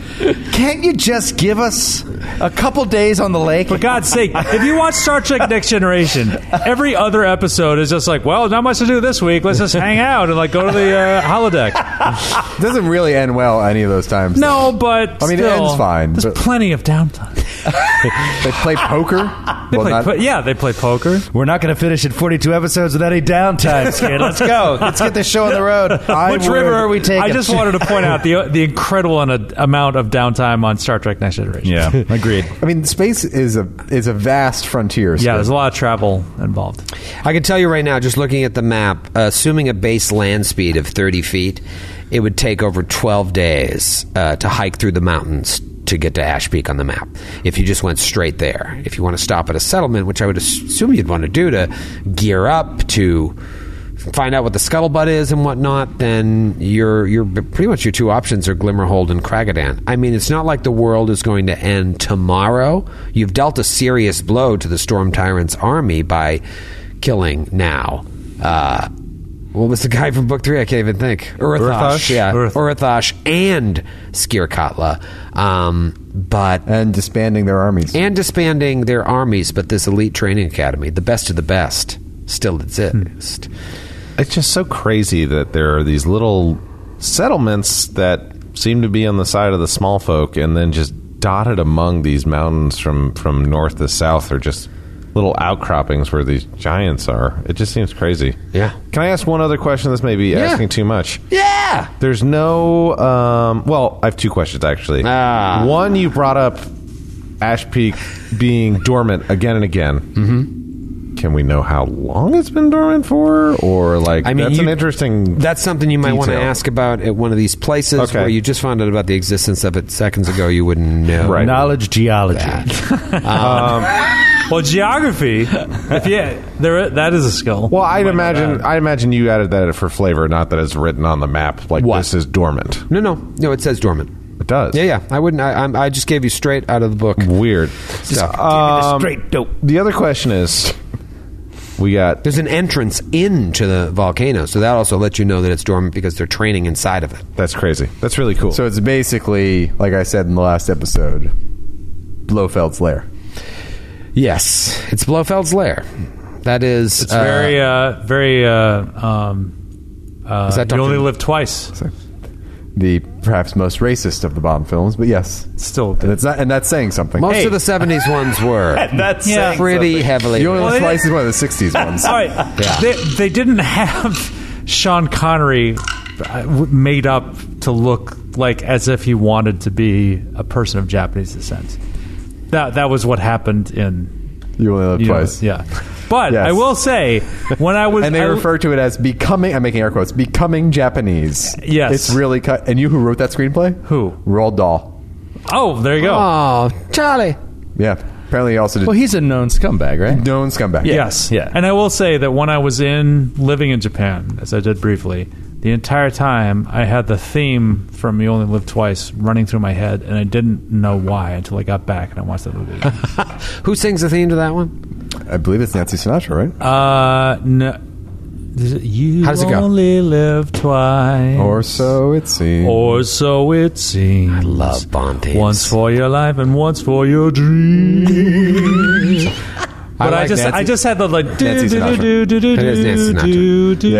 Speaker 11: Can't you just give us a couple days on the lake?
Speaker 4: For God's sake, if you watch Star Trek Next Generation, every other episode is just like, well, not much to do this week. Let's just hang out and like go to the uh, holodeck.
Speaker 3: It doesn't really end well any of those times.
Speaker 4: No, but
Speaker 3: I mean, it
Speaker 4: still,
Speaker 3: ends fine,
Speaker 4: There's
Speaker 3: but-
Speaker 4: plenty of downtime.
Speaker 3: They play poker.
Speaker 4: They
Speaker 3: well,
Speaker 4: play,
Speaker 3: not-
Speaker 4: po- yeah, they play poker.
Speaker 11: We're not going to finish at 42 episodes without any downtime, Skid. Let's go. Let's get this show on the road. Which river are we taking?
Speaker 4: I just wanted to point out the the incredible an- amount of downtime on Star Trek Next Generation.
Speaker 8: Yeah, agreed.
Speaker 3: I mean, space is a is a vast frontier.
Speaker 4: Yeah,
Speaker 3: Scott.
Speaker 4: there's a lot of travel involved.
Speaker 2: I can tell you right now, just looking at the map, assuming a base land speed of 30 feet, it would take over 12 days uh, to hike through the mountains to get to Ash Peak on the map if you just went straight there. If you want to stop at a settlement, which I would assume you'd want to do to gear up, to find out what the scuttlebutt is and whatnot, then your your pretty much your two options are Glimmerhold and Kragadan. I mean, it's not like the world is going to end tomorrow. You've dealt a serious blow to the Storm Tyrant's army by killing now. Uh, what was the guy from Book Three? I can't even think. Urathash,
Speaker 4: Urathash?
Speaker 2: yeah,
Speaker 4: Urath-
Speaker 2: Urathash and Skirkatla. Um, but
Speaker 3: and disbanding their armies.
Speaker 2: and disbanding their armies, but this elite training academy, the best of the best, still exists.
Speaker 4: Hmm.
Speaker 9: It's just so crazy that there are these little settlements that seem to be on the side of the small folk and then just dotted among these mountains from, from north to south are just little outcroppings where these giants are. It just seems crazy.
Speaker 2: Yeah.
Speaker 9: Can I ask one other question? This may be asking too much.
Speaker 2: Yeah.
Speaker 9: There's no. Um, well, I have two questions actually.
Speaker 2: Ah.
Speaker 9: One, you brought up Ash Peak being dormant again and again. Mm-hmm. Can we know how long it's been dormant for, or like
Speaker 2: I mean,
Speaker 9: that's an
Speaker 2: you-
Speaker 9: interesting.
Speaker 2: That's something you might want to
Speaker 9: detail.
Speaker 2: ask about at one of these places
Speaker 9: Okay.
Speaker 2: where you just found out about the existence of it seconds ago. You wouldn't know.
Speaker 9: Right.
Speaker 11: Knowledge geology.
Speaker 4: Well, geography. If yeah, there that is a skill.
Speaker 9: Well, I'd imagine. I imagine you added that for flavor, not that it's written on the map. Like
Speaker 2: What?
Speaker 9: this is dormant.
Speaker 2: No, no, no. It says dormant.
Speaker 9: It does.
Speaker 2: Yeah, yeah. I wouldn't. I, I'm, I just gave you straight out of the book.
Speaker 9: Weird. Um,
Speaker 11: Straight dope.
Speaker 9: the other question is, we got
Speaker 2: There's an entrance into the volcano, so that also lets you know that it's dormant because they're training inside of it.
Speaker 9: that's crazy. That's really cool.
Speaker 3: So it's basically, like I said in the last episode, Blofeld's lair.
Speaker 2: Yes, it's Blofeld's lair. That is.
Speaker 4: It's very, uh, very. Uh, um, uh,
Speaker 2: Is that
Speaker 4: you
Speaker 2: Dr.
Speaker 4: only live twice.
Speaker 3: the perhaps most racist of the Bond films, but yes,
Speaker 8: still,
Speaker 3: and it's not, and that's saying something.
Speaker 2: Most of the '70s ones were
Speaker 8: That's
Speaker 2: Yeah.
Speaker 8: saying
Speaker 2: pretty
Speaker 8: something.
Speaker 2: heavily.
Speaker 3: You only
Speaker 4: Well,
Speaker 3: well,
Speaker 4: they-
Speaker 3: slice is one of the '60s ones.
Speaker 4: All right. They, they didn't have Sean Connery uh, made up to look like as if he wanted to be a person of Japanese descent. That that was what happened in
Speaker 3: You only live
Speaker 4: You Only
Speaker 3: twice.
Speaker 4: Live- yeah. But I will say when I was
Speaker 3: and they
Speaker 4: I-
Speaker 3: refer to it as becoming. I'm making air quotes. Becoming Japanese.
Speaker 4: Yes.
Speaker 3: it's really cut. And you who wrote that screenplay?
Speaker 4: Who?
Speaker 3: Roald Dahl.
Speaker 4: Oh, there you go.
Speaker 2: Oh, Charlie.
Speaker 3: Yeah. Apparently, he also did.
Speaker 8: Well, he's a known scumbag, right?
Speaker 3: known scumbag.
Speaker 4: Yes.
Speaker 8: Yeah.
Speaker 4: And I will say that when I was in living in Japan, as I did briefly, the entire time I had the theme from You Only Live Twice running through my head, and I didn't know why until I got back and I watched that movie. again.
Speaker 2: Who sings the theme to that one?
Speaker 3: I believe it's Nancy Sinatra, right?
Speaker 4: uh, no. Is it You
Speaker 2: How does it go?
Speaker 4: only live twice.
Speaker 3: or so it seems.
Speaker 4: Or so it seems. I
Speaker 2: Love Bond themes.
Speaker 4: Once for your life and once for your dreams. But I,
Speaker 3: like
Speaker 4: just,
Speaker 3: Nancy-
Speaker 4: I just had the like.
Speaker 3: Nancy Sinatra.
Speaker 2: It is Nancy Sinatra.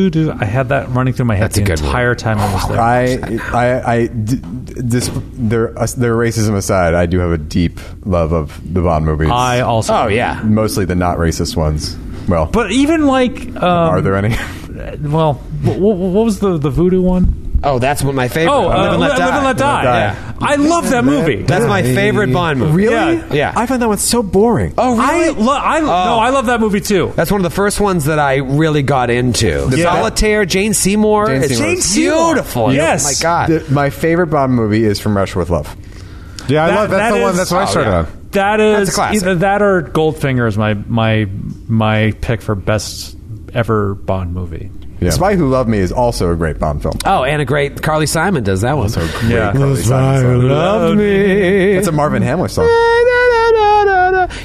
Speaker 3: Yeah.
Speaker 4: do I had that running through my head
Speaker 2: That's a
Speaker 4: the
Speaker 2: good one.
Speaker 4: entire time I was there.
Speaker 3: I, I, I, d- d- this, their, us- their racism aside, I do have a deep love of the Bond movies.
Speaker 4: I also.
Speaker 2: Oh yeah.
Speaker 3: mostly the not racist ones. Well,
Speaker 4: But even like, um,
Speaker 3: are there any?
Speaker 4: well, what, what was the the voodoo one?
Speaker 2: Oh, that's one of my favorite.
Speaker 4: Oh, uh,
Speaker 2: Live and Let Die.
Speaker 4: and Let Die.
Speaker 3: Die.
Speaker 4: Yeah. I love that movie.
Speaker 2: That's my favorite Bond movie.
Speaker 4: Yeah.
Speaker 2: Yeah.
Speaker 3: I find that one so boring.
Speaker 2: Oh,
Speaker 4: I
Speaker 2: really?
Speaker 4: lo- I no, I love that movie too.
Speaker 2: That's one of the first ones that I really got into. Solitaire, Jane Seymour.
Speaker 3: Jane
Speaker 2: it's
Speaker 3: Seymour. Jane
Speaker 4: Seymour.
Speaker 2: beautiful.
Speaker 4: Yes.
Speaker 2: Oh my God.
Speaker 3: The- my favorite Bond movie is From Russia with Love.
Speaker 5: Yeah, I
Speaker 4: That-
Speaker 5: love that's
Speaker 4: that
Speaker 5: the one.
Speaker 4: is-
Speaker 5: That's what I
Speaker 4: oh,
Speaker 5: started
Speaker 4: yeah.
Speaker 5: on.
Speaker 4: That
Speaker 2: That's a
Speaker 4: is
Speaker 2: classic.
Speaker 4: either that or Goldfinger is my my my pick for best ever Bond movie.
Speaker 3: Spy Who Loved Me is also a great Bond film.
Speaker 2: oh, and a great Carly Simon does that one.
Speaker 4: Yeah.
Speaker 3: Carly Simon song.
Speaker 4: me.
Speaker 3: That's a Marvin Hamler song.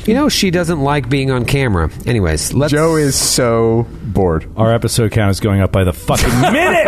Speaker 2: You know she doesn't like being on camera. Anyways, let's.
Speaker 3: Joe is so bored.
Speaker 8: Our episode count is going up by the fucking minute.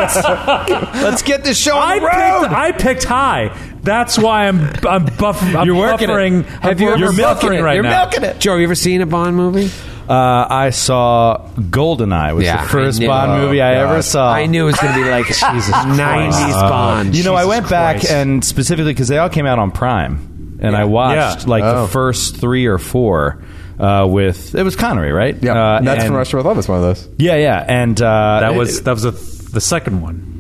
Speaker 2: Let's get this show
Speaker 4: I picked, I picked high. That's why I'm I'm, buff, I'm
Speaker 8: You're working it.
Speaker 4: buffering.
Speaker 8: Have you
Speaker 4: I'm,
Speaker 8: ever-
Speaker 4: you're
Speaker 8: You're milking
Speaker 4: buffering
Speaker 8: it.
Speaker 4: right
Speaker 8: You're
Speaker 4: now?
Speaker 2: it. Joe, have you ever seen a Bond movie?
Speaker 8: Uh, I saw Goldeneye was
Speaker 2: Yeah,
Speaker 8: the first
Speaker 2: I knew-
Speaker 8: Bond movie I
Speaker 3: Oh,
Speaker 8: ever
Speaker 3: God.
Speaker 8: saw.
Speaker 2: I knew it was going to be like Jesus, nineties Bond.
Speaker 8: You know, I
Speaker 2: Jesus
Speaker 8: went
Speaker 2: Christ.
Speaker 8: back and specifically because they all came out on Prime, and I watched
Speaker 4: Yeah.
Speaker 8: like
Speaker 3: Oh.
Speaker 8: the first three or four uh, with it was Connery, right?
Speaker 3: Yeah,
Speaker 8: uh,
Speaker 3: that's
Speaker 8: and-
Speaker 3: From Russia with Love. It's one of those.
Speaker 8: Yeah, yeah, and uh,
Speaker 4: That
Speaker 8: it-
Speaker 4: was that was a, the second one.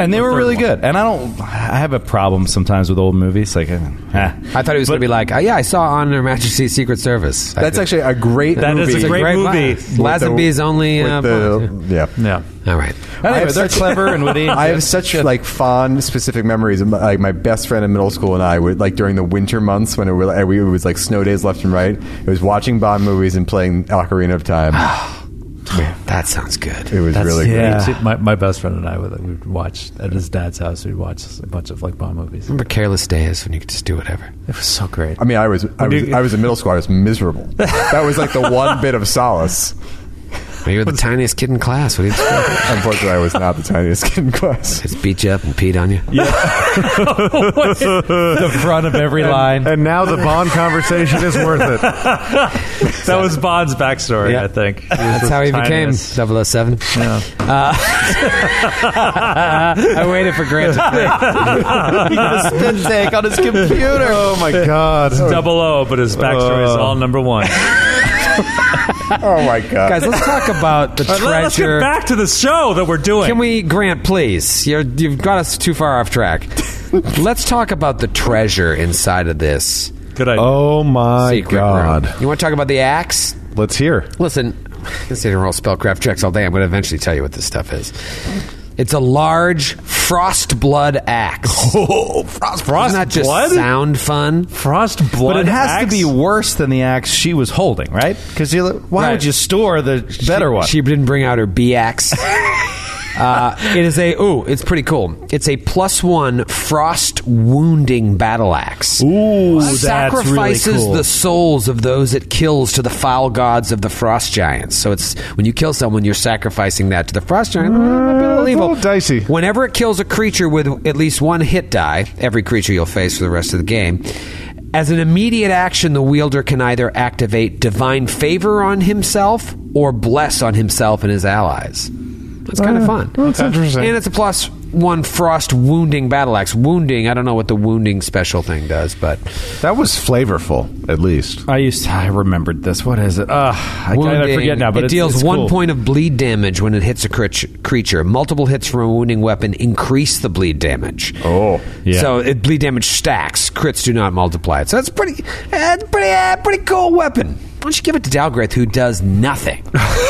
Speaker 8: and they were
Speaker 4: third
Speaker 8: really
Speaker 4: one.
Speaker 8: good. And I don't, I have a problem sometimes with old movies. Like, eh, eh.
Speaker 2: I thought he was going to be like, oh, yeah, I saw on Her Majesty's Secret Service.
Speaker 3: That's actually a great.
Speaker 4: That
Speaker 3: movie.
Speaker 4: is a great, movie.
Speaker 2: Lazenby's Lazenby's only.
Speaker 3: With
Speaker 2: Uh, Bond.
Speaker 3: the, yeah.
Speaker 4: Yeah.
Speaker 2: All right.
Speaker 3: I
Speaker 8: anyway,
Speaker 3: have
Speaker 8: they're
Speaker 3: such-
Speaker 8: clever and witty.
Speaker 3: I have such like fond specific memories. of my- Like my best friend in middle school and I would like during the winter months when it, were, it was like snow days left and right. It was watching Bond movies and playing Ocarina of Time.
Speaker 2: That sounds good.
Speaker 3: It was really good.
Speaker 8: yeah.
Speaker 4: See, My, my best friend and I would we'd watch at his dad's house. We'd watch a bunch of like Bond movies.
Speaker 2: Remember Careless Days when you could just do whatever.
Speaker 4: It was so great.
Speaker 3: I mean, I was I was,
Speaker 4: you-
Speaker 3: I was in middle school. I was miserable. that was like the one bit of solace.
Speaker 2: Well, you're the tiniest kid in class. What do you expect?
Speaker 3: Unfortunately, I was not the tiniest kid in class.
Speaker 2: Just beat you up and peed on you.
Speaker 8: the front of every line.
Speaker 5: And now the Bond conversation is worth it.
Speaker 4: That was Bond's backstory,
Speaker 2: Yeah.
Speaker 4: I think.
Speaker 2: That's how he became 007. Uh, I waited for Grant to finish.
Speaker 8: spit take on his computer.
Speaker 5: Oh my god.
Speaker 4: Double O, but his backstory is all number one.
Speaker 3: Oh my god!
Speaker 2: Guys, let's talk about the
Speaker 4: But let- let's get
Speaker 2: treasure.
Speaker 4: back to the show that we're doing.
Speaker 2: Can we, Grant, please? You're, you've got us too far off track. let's talk about the treasure inside of this
Speaker 4: Good idea.
Speaker 5: Oh my
Speaker 2: secret
Speaker 5: god.
Speaker 2: room. You want to talk about the axe?
Speaker 5: Let's hear.
Speaker 2: Listen, considering we're all spellcraft checks all day, I'm going to eventually tell you what this stuff is. It's a large frostblood axe.
Speaker 5: Oh, Frost.
Speaker 2: Doesn't that just
Speaker 4: Frostblood?
Speaker 2: sound fun?
Speaker 4: Frost blood.
Speaker 8: But it has
Speaker 4: axe?
Speaker 8: to be worse than the axe she was holding, right? Because why
Speaker 2: Right.
Speaker 8: would you store the better one?
Speaker 2: She didn't bring out her B axe. Uh, it is a ooh, it's pretty cool. It's a plus one frost wounding battle axe.
Speaker 8: Ooh,
Speaker 2: sacrifices the souls of those it kills to the foul gods of the frost giants. So it's when you kill someone, you're sacrificing that to the frost giant. a bit of evil.
Speaker 5: little dicey.
Speaker 2: Whenever it kills a creature with at least one hit die, every creature you'll face for the rest of the game. As an immediate action, the wielder can either activate divine favor on himself or bless on himself and his allies. That's kind of fun.
Speaker 5: Oh, That's interesting.
Speaker 2: And it's a plus one frost wounding battle axe. Wounding, I don't know what the wounding special thing does, but
Speaker 9: that was flavorful, at least.
Speaker 8: I used I remembered this. What is it? Uh, I, I
Speaker 2: Wounding,
Speaker 8: forget now. But
Speaker 2: it
Speaker 8: it's-
Speaker 2: deals
Speaker 8: it's
Speaker 2: one
Speaker 8: cool.
Speaker 2: point of bleed damage when it hits a crit- creature. Multiple hits from a wounding weapon increase the bleed damage.
Speaker 9: Oh,
Speaker 8: yeah.
Speaker 2: So it, bleed damage stacks. Crits do not multiply it. So that's pretty, that's pretty, uh, pretty cool weapon. Why don't you give it to Dalgrith, who does nothing?
Speaker 8: Oh,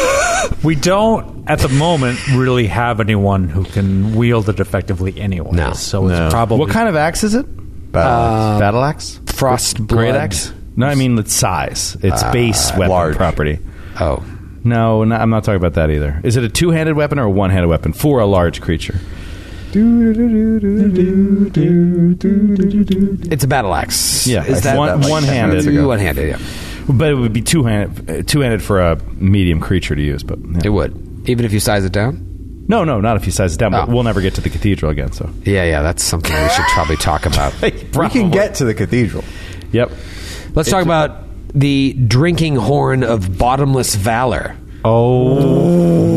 Speaker 10: We don't, at the moment, really have anyone who can wield it effectively anyway. No. So it's probably.
Speaker 8: What kind of axe is it?
Speaker 10: Battle axe.
Speaker 8: Battle axe?
Speaker 2: Frost
Speaker 8: Great
Speaker 2: blood.
Speaker 8: axe? Uh, No, I mean its size. Its
Speaker 2: Uh,
Speaker 8: base weapon
Speaker 2: large.
Speaker 8: property.
Speaker 2: Oh.
Speaker 8: No, no, I'm not talking about that either. Is it a two handed weapon or a one handed weapon for a large creature?
Speaker 2: It's a battle axe.
Speaker 8: Yeah,
Speaker 2: Is that-
Speaker 8: one,
Speaker 2: like,
Speaker 8: handed.
Speaker 2: One-handed, yeah.
Speaker 8: But it would be two handed, two handed for a medium creature to use. But
Speaker 2: it would, even if you size it down.
Speaker 8: No, no, not if you size it down. But we'll never get to the cathedral again. So
Speaker 2: Yeah, yeah, that's something we should probably talk about.
Speaker 8: We can get
Speaker 2: to the cathedral.
Speaker 8: Yep.
Speaker 2: Let's talk about the drinking horn of bottomless valor.
Speaker 8: Oh,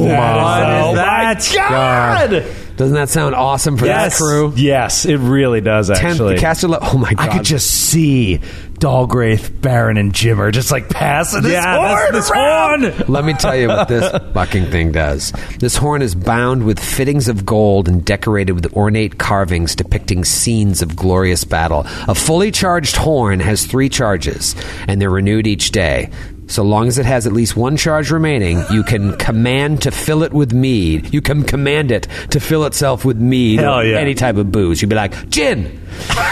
Speaker 2: my
Speaker 8: God!
Speaker 2: Doesn't that sound awesome for
Speaker 8: yes,
Speaker 2: this crew?
Speaker 8: Yes, it really does.
Speaker 2: Tenth
Speaker 8: Actually,
Speaker 2: caster le- Oh my god!
Speaker 8: I could just see Dalgraith, Baron, and Jimmer just like passing this
Speaker 2: Yeah, that's-
Speaker 8: horn
Speaker 2: this
Speaker 8: around.
Speaker 2: Let me tell you what this fucking thing does. This horn is bound with fittings of gold and decorated with ornate carvings depicting scenes of glorious battle. A fully charged horn has three charges, and they're renewed each day. So long as it has at least one charge remaining, you can command to fill it with mead. You can command it to fill itself with mead
Speaker 8: Hell
Speaker 2: or
Speaker 8: yeah.
Speaker 2: any type of booze. You'd be like, gin!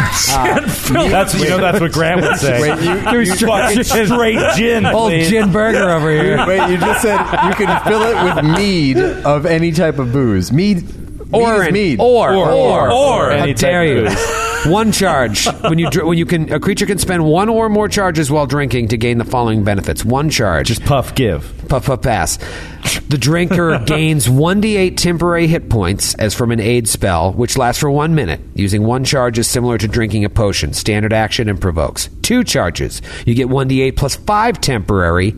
Speaker 8: Gin, fill That's- it. you know, that's what Grant would say. Give me fucking straight gin,
Speaker 2: Old
Speaker 8: please.
Speaker 2: gin burger over here.
Speaker 3: Wait, you just said you can fill it with mead of any type of booze. Mead.
Speaker 2: or
Speaker 3: mead is
Speaker 2: an-
Speaker 3: mead.
Speaker 2: or or or, how
Speaker 3: Any type
Speaker 2: dare
Speaker 3: of
Speaker 2: you?
Speaker 3: booze.
Speaker 2: one charge when you dr- when you can a creature can spend one or more charges while drinking to gain the following benefits. One charge, just
Speaker 8: puff, give,
Speaker 2: puff, puff, pass. The drinker gains one d8 temporary hit points as from an aid spell, which lasts for one minute. Using one charge is similar to drinking a potion. Standard action and provokes two charges. You get one d8 plus five temporary.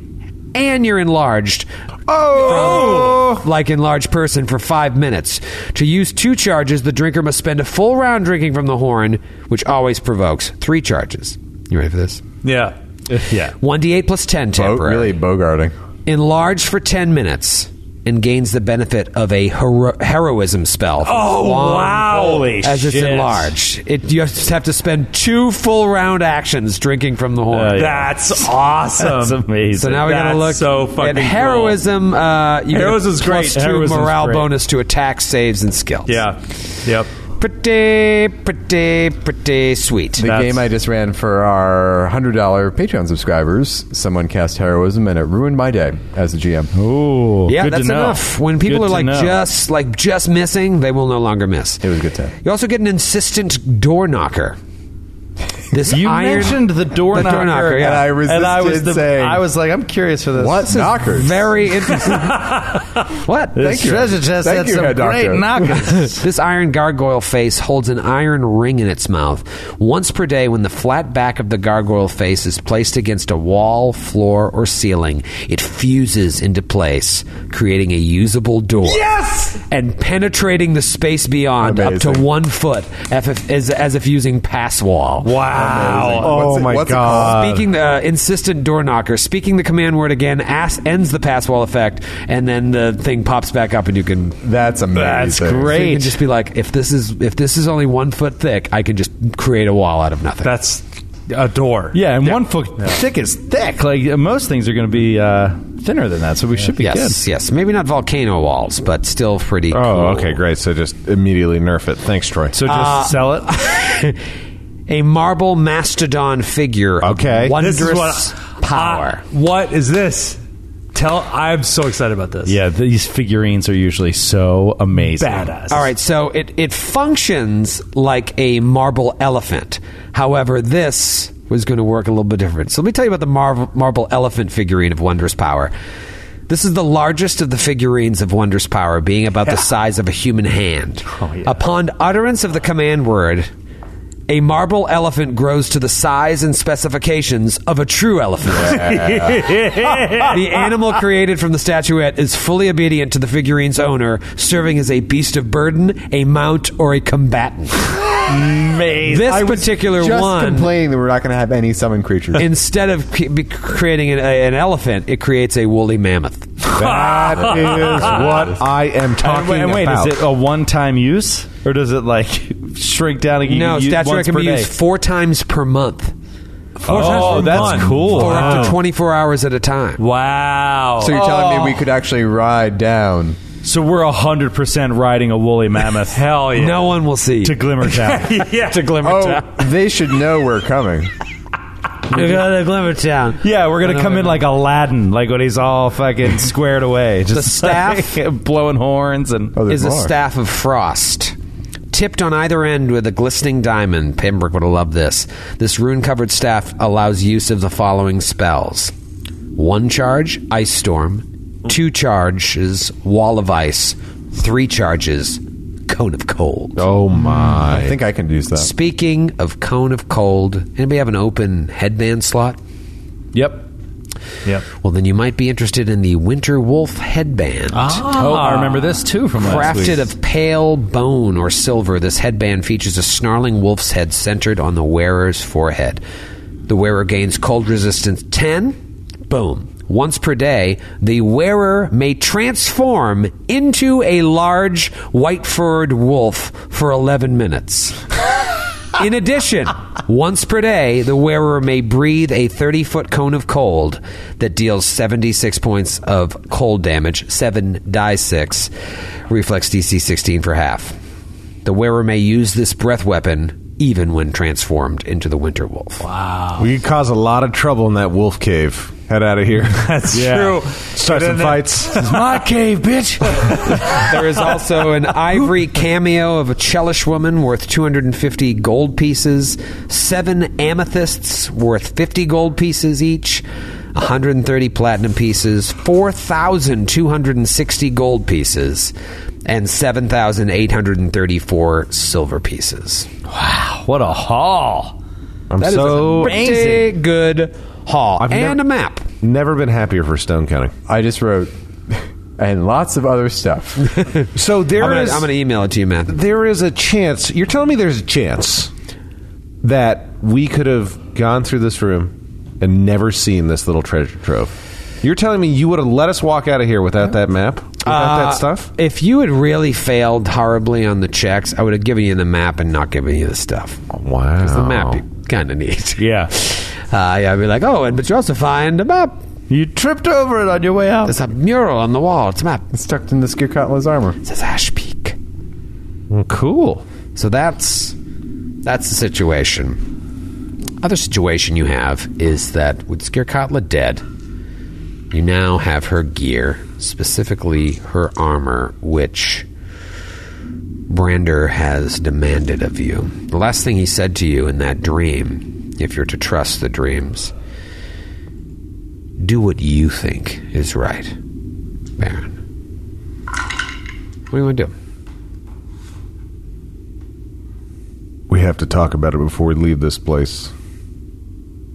Speaker 2: And you're enlarged. Oh! like enlarged person for five minutes. To use two charges, the drinker must spend a full round drinking from the horn, which always provokes three charges. You ready for this?
Speaker 10: Yeah.
Speaker 8: Yeah.
Speaker 2: 1d8 plus 10 temporary. Oh, really
Speaker 3: bogarting.
Speaker 2: Enlarged for 10 minutes and gains the benefit of a hero- heroism spell. for
Speaker 10: Oh,
Speaker 2: as long
Speaker 10: wow. Holy
Speaker 2: As it's
Speaker 10: shit.
Speaker 2: enlarged. It, you just have to spend two full round actions drinking from the horn.
Speaker 10: That's awesome.
Speaker 2: That's
Speaker 8: amazing.
Speaker 2: So now we gotta
Speaker 10: Uh, That's
Speaker 2: look
Speaker 10: so
Speaker 2: at
Speaker 10: fucking
Speaker 2: heroism.
Speaker 10: cool.
Speaker 2: Uh, you get a
Speaker 10: Heroism's
Speaker 2: plus
Speaker 10: great.
Speaker 2: Two
Speaker 10: Heroism's
Speaker 2: morale
Speaker 10: great.
Speaker 2: bonus to attack, saves, and skills.
Speaker 10: Yeah. Yep.
Speaker 2: Pretty, pretty, pretty sweet.
Speaker 3: The game I just ran for our hundred dollar Patreon subscribers. Someone cast heroism, and it ruined my day as a GM.
Speaker 8: Ooh,
Speaker 2: yeah, that's enough. When people are like just like just missing, they will no longer miss. It
Speaker 3: was a good time.
Speaker 2: You also get an insistent door knocker. This
Speaker 8: You
Speaker 2: iron,
Speaker 8: mentioned the door knocker,
Speaker 2: yeah.
Speaker 8: and I resisted And I was the- saying- I
Speaker 9: was like, I'm curious for this.
Speaker 2: This is Very interesting. what?
Speaker 9: This Thank you. treasure chest Thank had you, some Head Doctor. great knockers.
Speaker 2: this iron gargoyle face holds an iron ring in its mouth. Once per day, when the flat back of the gargoyle face is placed against a wall, floor, or ceiling, it fuses into place, creating a usable door.
Speaker 10: Yes!
Speaker 2: And penetrating the space beyond
Speaker 10: Amazing.
Speaker 2: up to one foot as if, as, as if using pass wall.
Speaker 10: Wow. Amazing. Oh What's it- my what's it God. called?
Speaker 2: Speaking the uh, insistent door knocker, speaking the command word again, ass, ends the pass wall effect, and then the thing pops back up, and you can.
Speaker 3: That's amazing.
Speaker 8: That's
Speaker 2: So you
Speaker 8: great.
Speaker 2: can just be like, if this is if this is only one foot thick, I can just create a wall out of nothing.
Speaker 10: That's a door.
Speaker 8: Yeah, and one foot thick is thick. Like uh, most things are going to be uh, thinner than that, so we should be
Speaker 2: yes, yes. Maybe not volcano walls, but still pretty. Oh,
Speaker 5: okay, great. So just immediately nerf it. Thanks, Troy.
Speaker 8: So
Speaker 2: just Uh,
Speaker 8: sell it.
Speaker 2: A marble mastodon figure. Okay, wondrous
Speaker 10: This is what-
Speaker 2: power.
Speaker 10: What is this? Tell. I'm so excited about this.
Speaker 8: good. Yeah, these figurines are usually so amazing.
Speaker 10: Badass.
Speaker 2: All right, so it, it functions like a marble elephant. However, this was going to work a little bit different. So let me tell you about the marvel, marble elephant figurine of wondrous power. This is the largest of the figurines of wondrous power, being about the size of a human hand. Upon utterance of the command word, A marble elephant grows to the size and specifications of a true elephant. the animal created from the statuette is fully obedient to the figurine's owner, serving as a beast of burden, a mount, or a combatant. This
Speaker 3: I was
Speaker 2: particular
Speaker 3: just
Speaker 2: one
Speaker 3: complaining that we're not going to have any summon creatures.
Speaker 2: instead of c- be- creating an, a, an elephant, it creates a woolly mammoth.
Speaker 9: That is what I am talking
Speaker 8: and wait, and wait,
Speaker 9: about.
Speaker 8: is it a one-time use, or does it like shrink down and you
Speaker 2: No,
Speaker 8: can use
Speaker 2: statuette
Speaker 8: once
Speaker 2: can
Speaker 8: per
Speaker 2: be
Speaker 8: day?
Speaker 2: used four times per month.
Speaker 8: Four times Oh, per that's month. cool.
Speaker 2: For up to
Speaker 8: Wow.
Speaker 2: 24 hours at a time.
Speaker 10: Wow.
Speaker 3: So you're telling me we could actually ride down?
Speaker 8: So we're hundred percent riding a woolly mammoth.
Speaker 10: Hell yeah.
Speaker 2: No one will see.
Speaker 8: to Glimmer Town.
Speaker 10: yeah.
Speaker 2: To Glimmer Town.
Speaker 3: Oh, they should know we're coming.
Speaker 2: We go to Glimmer Town.
Speaker 8: Yeah, we're gonna come in like Aladdin, like when he's all fucking squared away, just
Speaker 2: staff?
Speaker 8: like, blowing horns and
Speaker 3: Oh,
Speaker 2: is a
Speaker 3: more.
Speaker 2: staff of frost. Tipped on either end with a glistening diamond, Pembroke would have loved this. This rune covered staff allows use of the following spells one charge, ice storm, two charges, wall of ice, three charges, cone of cold.
Speaker 5: Oh my!
Speaker 3: I think I can use that.
Speaker 2: Speaking of cone of cold, anybody have an open headband slot?
Speaker 8: yep, yep.
Speaker 2: Well, then you might be interested in the Winter Wolf headband.
Speaker 10: Oh, I remember this too from last week.
Speaker 2: Crafted of pale bone or silver, this headband features a snarling wolf's head centered on the wearer's forehead. The wearer gains cold resistance 10. Boom. Once per day, the wearer may transform into a large white furred wolf for 11 minutes. In addition, once per day, the wearer may breathe a 30 foot cone of cold that deals 76 points of cold damage, 7 die 6, reflex DC 16 for half. The wearer may use this breath weapon even when transformed into the Winter Wolf.
Speaker 5: We could cause a lot of trouble in that wolf cave. Head out of here.
Speaker 10: That's true.
Speaker 5: Start some fights.
Speaker 8: My cave, bitch.
Speaker 2: There is also an ivory cameo of a Chellish woman worth 250 gold pieces, seven amethysts worth 50 gold pieces each, 130 platinum pieces, 4,260 gold pieces, and 7,834 silver pieces.
Speaker 8: What a haul!
Speaker 5: I'm
Speaker 2: That is
Speaker 5: so
Speaker 2: a pretty good haul.
Speaker 5: I've
Speaker 2: and
Speaker 5: never-
Speaker 2: a map.
Speaker 5: never been happier for stone cutting.
Speaker 3: I just wrote, and lots of other stuff.
Speaker 5: So there
Speaker 2: I'm
Speaker 5: is-
Speaker 2: going to email it to you, man.
Speaker 5: there is a chance. You're telling me there's a chance that we could have gone through this room and never seen this little treasure trove. You're telling me you would have let us walk out of here without that map, without
Speaker 2: Uh,
Speaker 5: that stuff?
Speaker 2: If you had really failed horribly on the checks, I would have given you the map and not given you the stuff.
Speaker 5: Wow.
Speaker 2: The map you kind of need.
Speaker 8: Yeah,
Speaker 2: Uh, yeah, I'd be like, oh, and but you also find a map.
Speaker 8: you tripped over it on your way out.
Speaker 2: There's a mural on the wall. It's a map. It
Speaker 3: It's tucked in the Skirkotla's armor.
Speaker 2: says Ash Peak.
Speaker 5: Cool.
Speaker 2: So that's that's the situation. Other situation you have is that with Skirkatla dead, you now have her gear, specifically her armor, which Brander has demanded of you. The last thing he said to you in that dream, if you're to trust the dreams, do what you think is right, Baron. What do you want to do?
Speaker 5: We have to talk about it before we leave this place.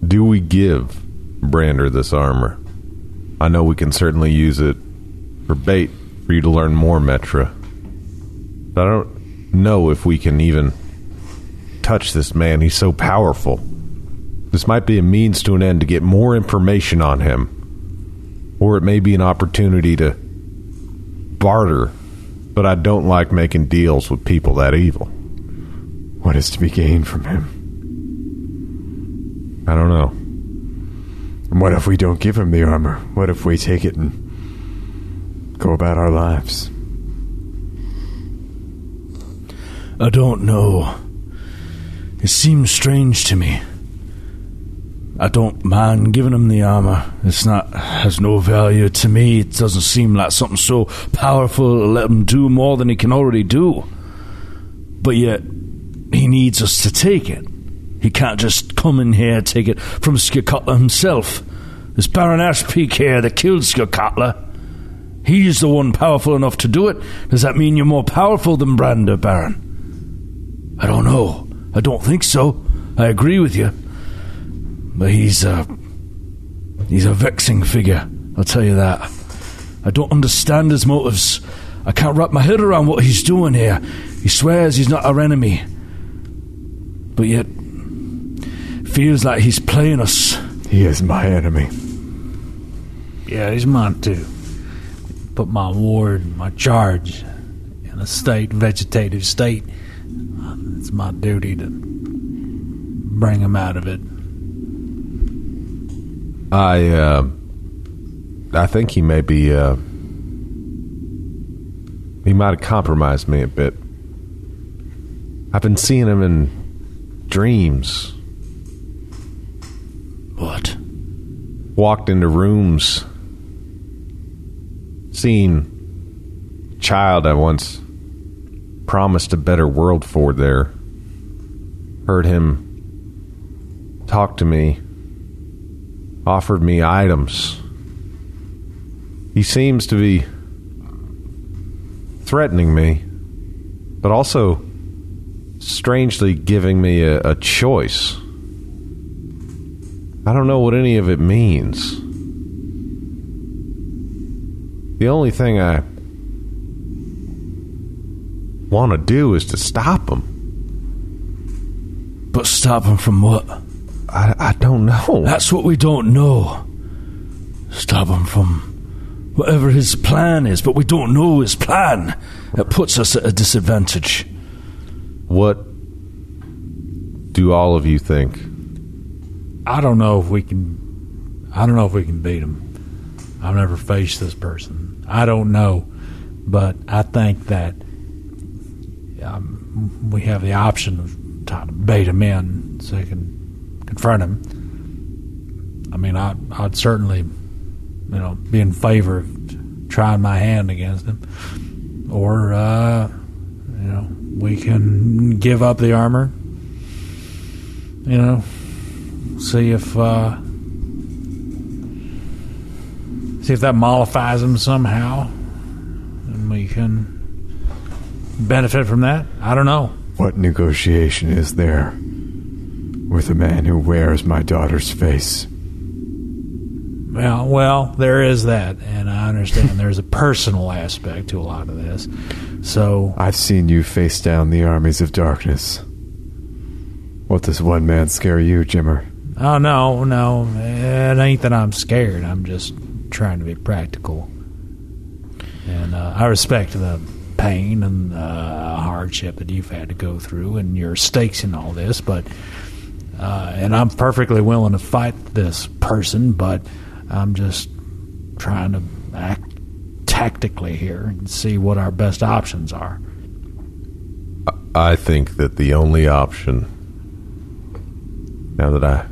Speaker 5: Do we give Brander this armor? I know we can certainly use it for bait for you to learn more Metra. But I don't know if we can even touch this man. He's so powerful. This might be a means to an end to get more information on him. Or it may be an opportunity to barter. But I don't like making deals with people that evil.
Speaker 6: What is to be gained from him?
Speaker 5: I don't know.
Speaker 6: And what if we don't give him the armor? What if we take it and go about our lives?
Speaker 4: I don't know. It seems strange to me. I don't mind giving him the armor. It's not has no value to me. It doesn't seem like something so powerful to let him do more than he can already do. But yet he needs us to take it. He can't just come in here and take it from Skakatla himself. It's Baron Ashpeak here that killed Skakatla. He's the one powerful enough to do it. Does that mean you're more powerful than Brander, Baron? I don't know. I don't think so. I agree with you. But he's a. He's a vexing figure, I'll tell you that. I don't understand his motives. I can't wrap my head around what he's doing here. He swears he's not our enemy. But yet. feels like he's playing us.
Speaker 13: He is my enemy.
Speaker 10: Yeah, he's mine too. Put my ward, and my charge, in a state vegetative state. It's my duty to bring him out of it.
Speaker 3: I uh, I think he may be uh, he might have compromised me a bit. I've been seeing him in dreams.
Speaker 4: What?
Speaker 3: Walked into rooms. Seen child I once promised a better world for there. Heard him talk to me offered me items. He seems to be threatening me, but also strangely giving me a, a choice. I don't know what any of it means. The only thing I want to do is to stop him.
Speaker 4: But stop him from what?
Speaker 3: I, I don't know.
Speaker 4: That's what we don't know. Stop him from whatever his plan is, but we don't know his plan. It puts us at a disadvantage.
Speaker 3: What do all of you think?
Speaker 10: I don't know if we can. I don't know if we can beat him. I've never faced this person. I don't know, but I think that um, we have the option of trying to bait him in so he can confront him. I mean, I, I'd certainly, you know, be in favor of trying my hand against him, or uh, you know, we can give up the armor. You know, see if uh, see if that mollifies him somehow, and we can benefit from that. I don't know.
Speaker 13: What negotiation is there with a man who wears my daughter's face?
Speaker 10: Well, well, there is that, and I understand there's a personal aspect to a lot of this. So
Speaker 13: I've seen you face down the armies of darkness. What does one man scare you, Jimmer?
Speaker 10: Oh no, no, it ain't that I'm scared. I'm just trying to be practical, and uh, I respect the pain and uh, hardship that you've had to go through and your stakes in all this. But uh, and I'm perfectly willing to fight this person, but I'm just trying to act tactically here and see what our best options are.
Speaker 3: I think that the only option, now that I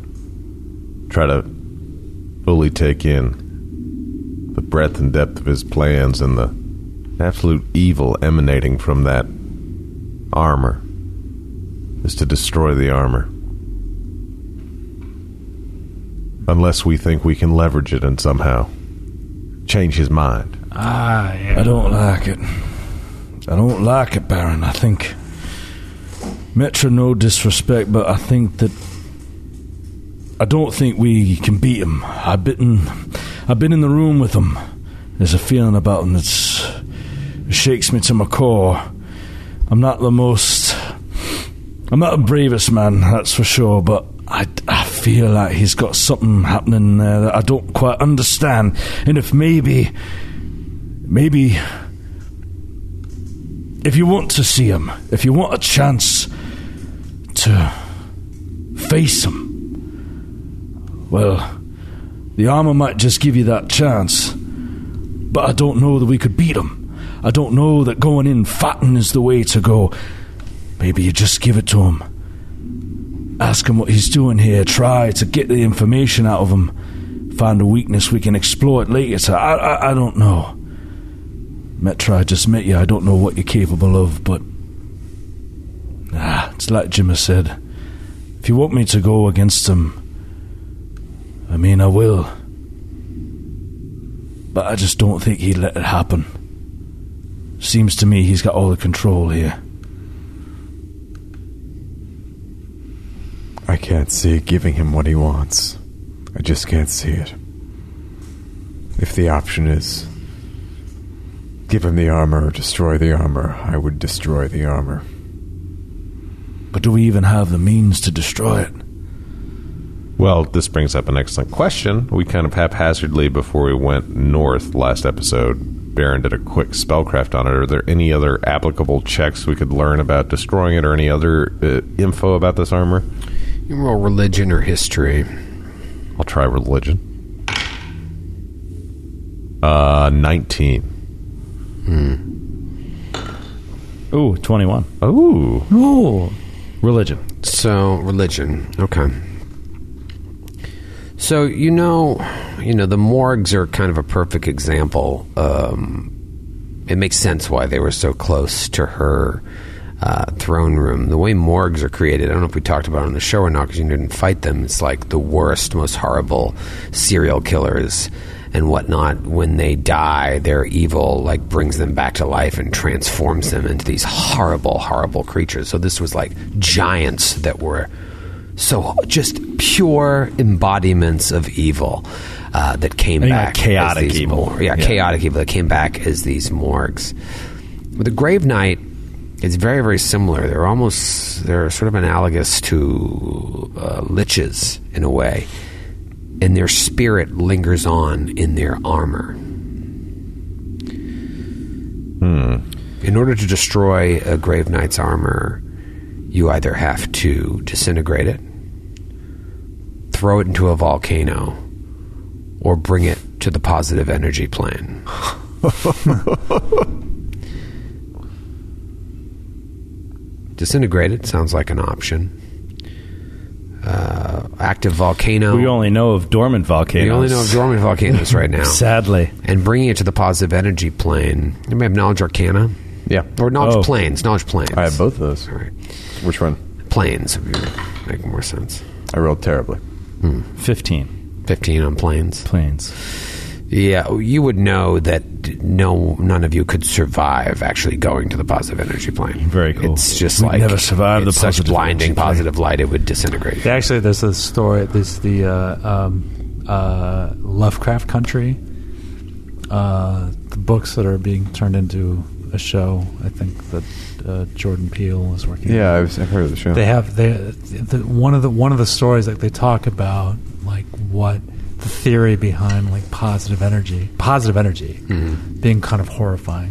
Speaker 3: try to fully take in the breadth and depth of his plans and the absolute evil emanating from that armor, is to destroy the armor. Unless we think we can leverage it and somehow change his mind.
Speaker 10: Ah, yeah.
Speaker 4: I don't like it. I don't like it, Baron. I think. Metro, no disrespect, but I think that. I don't think we can beat him. I've been, I've been in the room with him. There's a feeling about him that shakes me to my core. I'm not the most. I'm not the bravest man, that's for sure, but I, I feel like he's got something happening there that I don't quite understand. And if maybe. Maybe if you want to see him, if you want a chance to face him, well, the armor might just give you that chance. But I don't know that we could beat him. I don't know that going in fatten is the way to go. Maybe you just give it to him. Ask him what he's doing here. Try to get the information out of him. Find a weakness. We can exploit it later. I, I, I don't know. Metro, I just met you. I don't know what you're capable of, but. Ah, it's like Jimmy said. If you want me to go against him, I mean, I will. But I just don't think he'd let it happen. Seems to me he's got all the control here.
Speaker 6: can't see giving him what he wants. I just can't see it. If the option is give him the armor or destroy the armor, I would destroy the armor.
Speaker 4: But do we even have the means to destroy it?
Speaker 5: Well, this brings up an excellent question. We kind of haphazardly, before we went north last episode, Baron did a quick spellcraft on it. Are there any other applicable checks we could learn about destroying it or any other uh, info about this armor?
Speaker 2: You roll religion or history.
Speaker 5: I'll try religion. Uh, 19.
Speaker 8: Oh, Ooh, 21.
Speaker 5: Ooh.
Speaker 8: Ooh. Religion.
Speaker 2: So religion, okay. So you know, you know the morgues are kind of a perfect example. Um, it makes sense why they were so close to her uh, throne room. The way morgues are created, I don't know if we talked about it on the show or not because you didn't fight them. It's like the worst, most horrible serial killers and whatnot. When they die, their evil like brings them back to life and transforms them into these horrible, horrible creatures. So this was like giants that were so just pure embodiments of evil uh, that came
Speaker 8: And, like,
Speaker 2: back as
Speaker 8: chaotic
Speaker 2: these
Speaker 8: evil.
Speaker 2: mor- yeah,
Speaker 8: Yeah.
Speaker 2: chaotic evil that came back as these morgues. With the Grave Knight, it's very very similar. They're almost they're sort of analogous to uh, liches in a way, and their spirit lingers on in their armor. In order to destroy a Grave Knight's armor, you either have to disintegrate it, throw it into a volcano, or bring it to the positive energy plane. disintegrate it sounds like an option. Uh, active volcano.
Speaker 8: We only know of dormant volcanoes.
Speaker 2: We only know of dormant volcanoes right now.
Speaker 8: Sadly.
Speaker 2: and bringing it to the positive energy plane. You may have knowledge arcana
Speaker 3: Yeah.
Speaker 2: or knowledge
Speaker 8: Oh.
Speaker 2: planes. Knowledge planes.
Speaker 3: I have both of those.
Speaker 2: All right.
Speaker 3: Which one?
Speaker 2: Planes would be- make more sense.
Speaker 3: I rolled terribly.
Speaker 8: 15.
Speaker 2: 15 on planes.
Speaker 8: Planes.
Speaker 2: Yeah, you would know that no, none of you could survive actually going to the positive energy plane.
Speaker 8: Very cool.
Speaker 2: It's just
Speaker 8: We'd
Speaker 2: like
Speaker 8: never survive the
Speaker 2: it's such
Speaker 8: positive
Speaker 2: blinding
Speaker 8: energy plane.
Speaker 2: positive light; it would disintegrate.
Speaker 10: Actually, there's a story. There's the uh, um, uh, Lovecraft Country, uh, the books that are being turned into a show. I think that uh, Jordan Peele is working.
Speaker 3: Yeah, I've, I've heard of the show.
Speaker 10: they have they the, one of the one of the stories like they talk about like what the theory behind like positive energy positive energy being kind of horrifying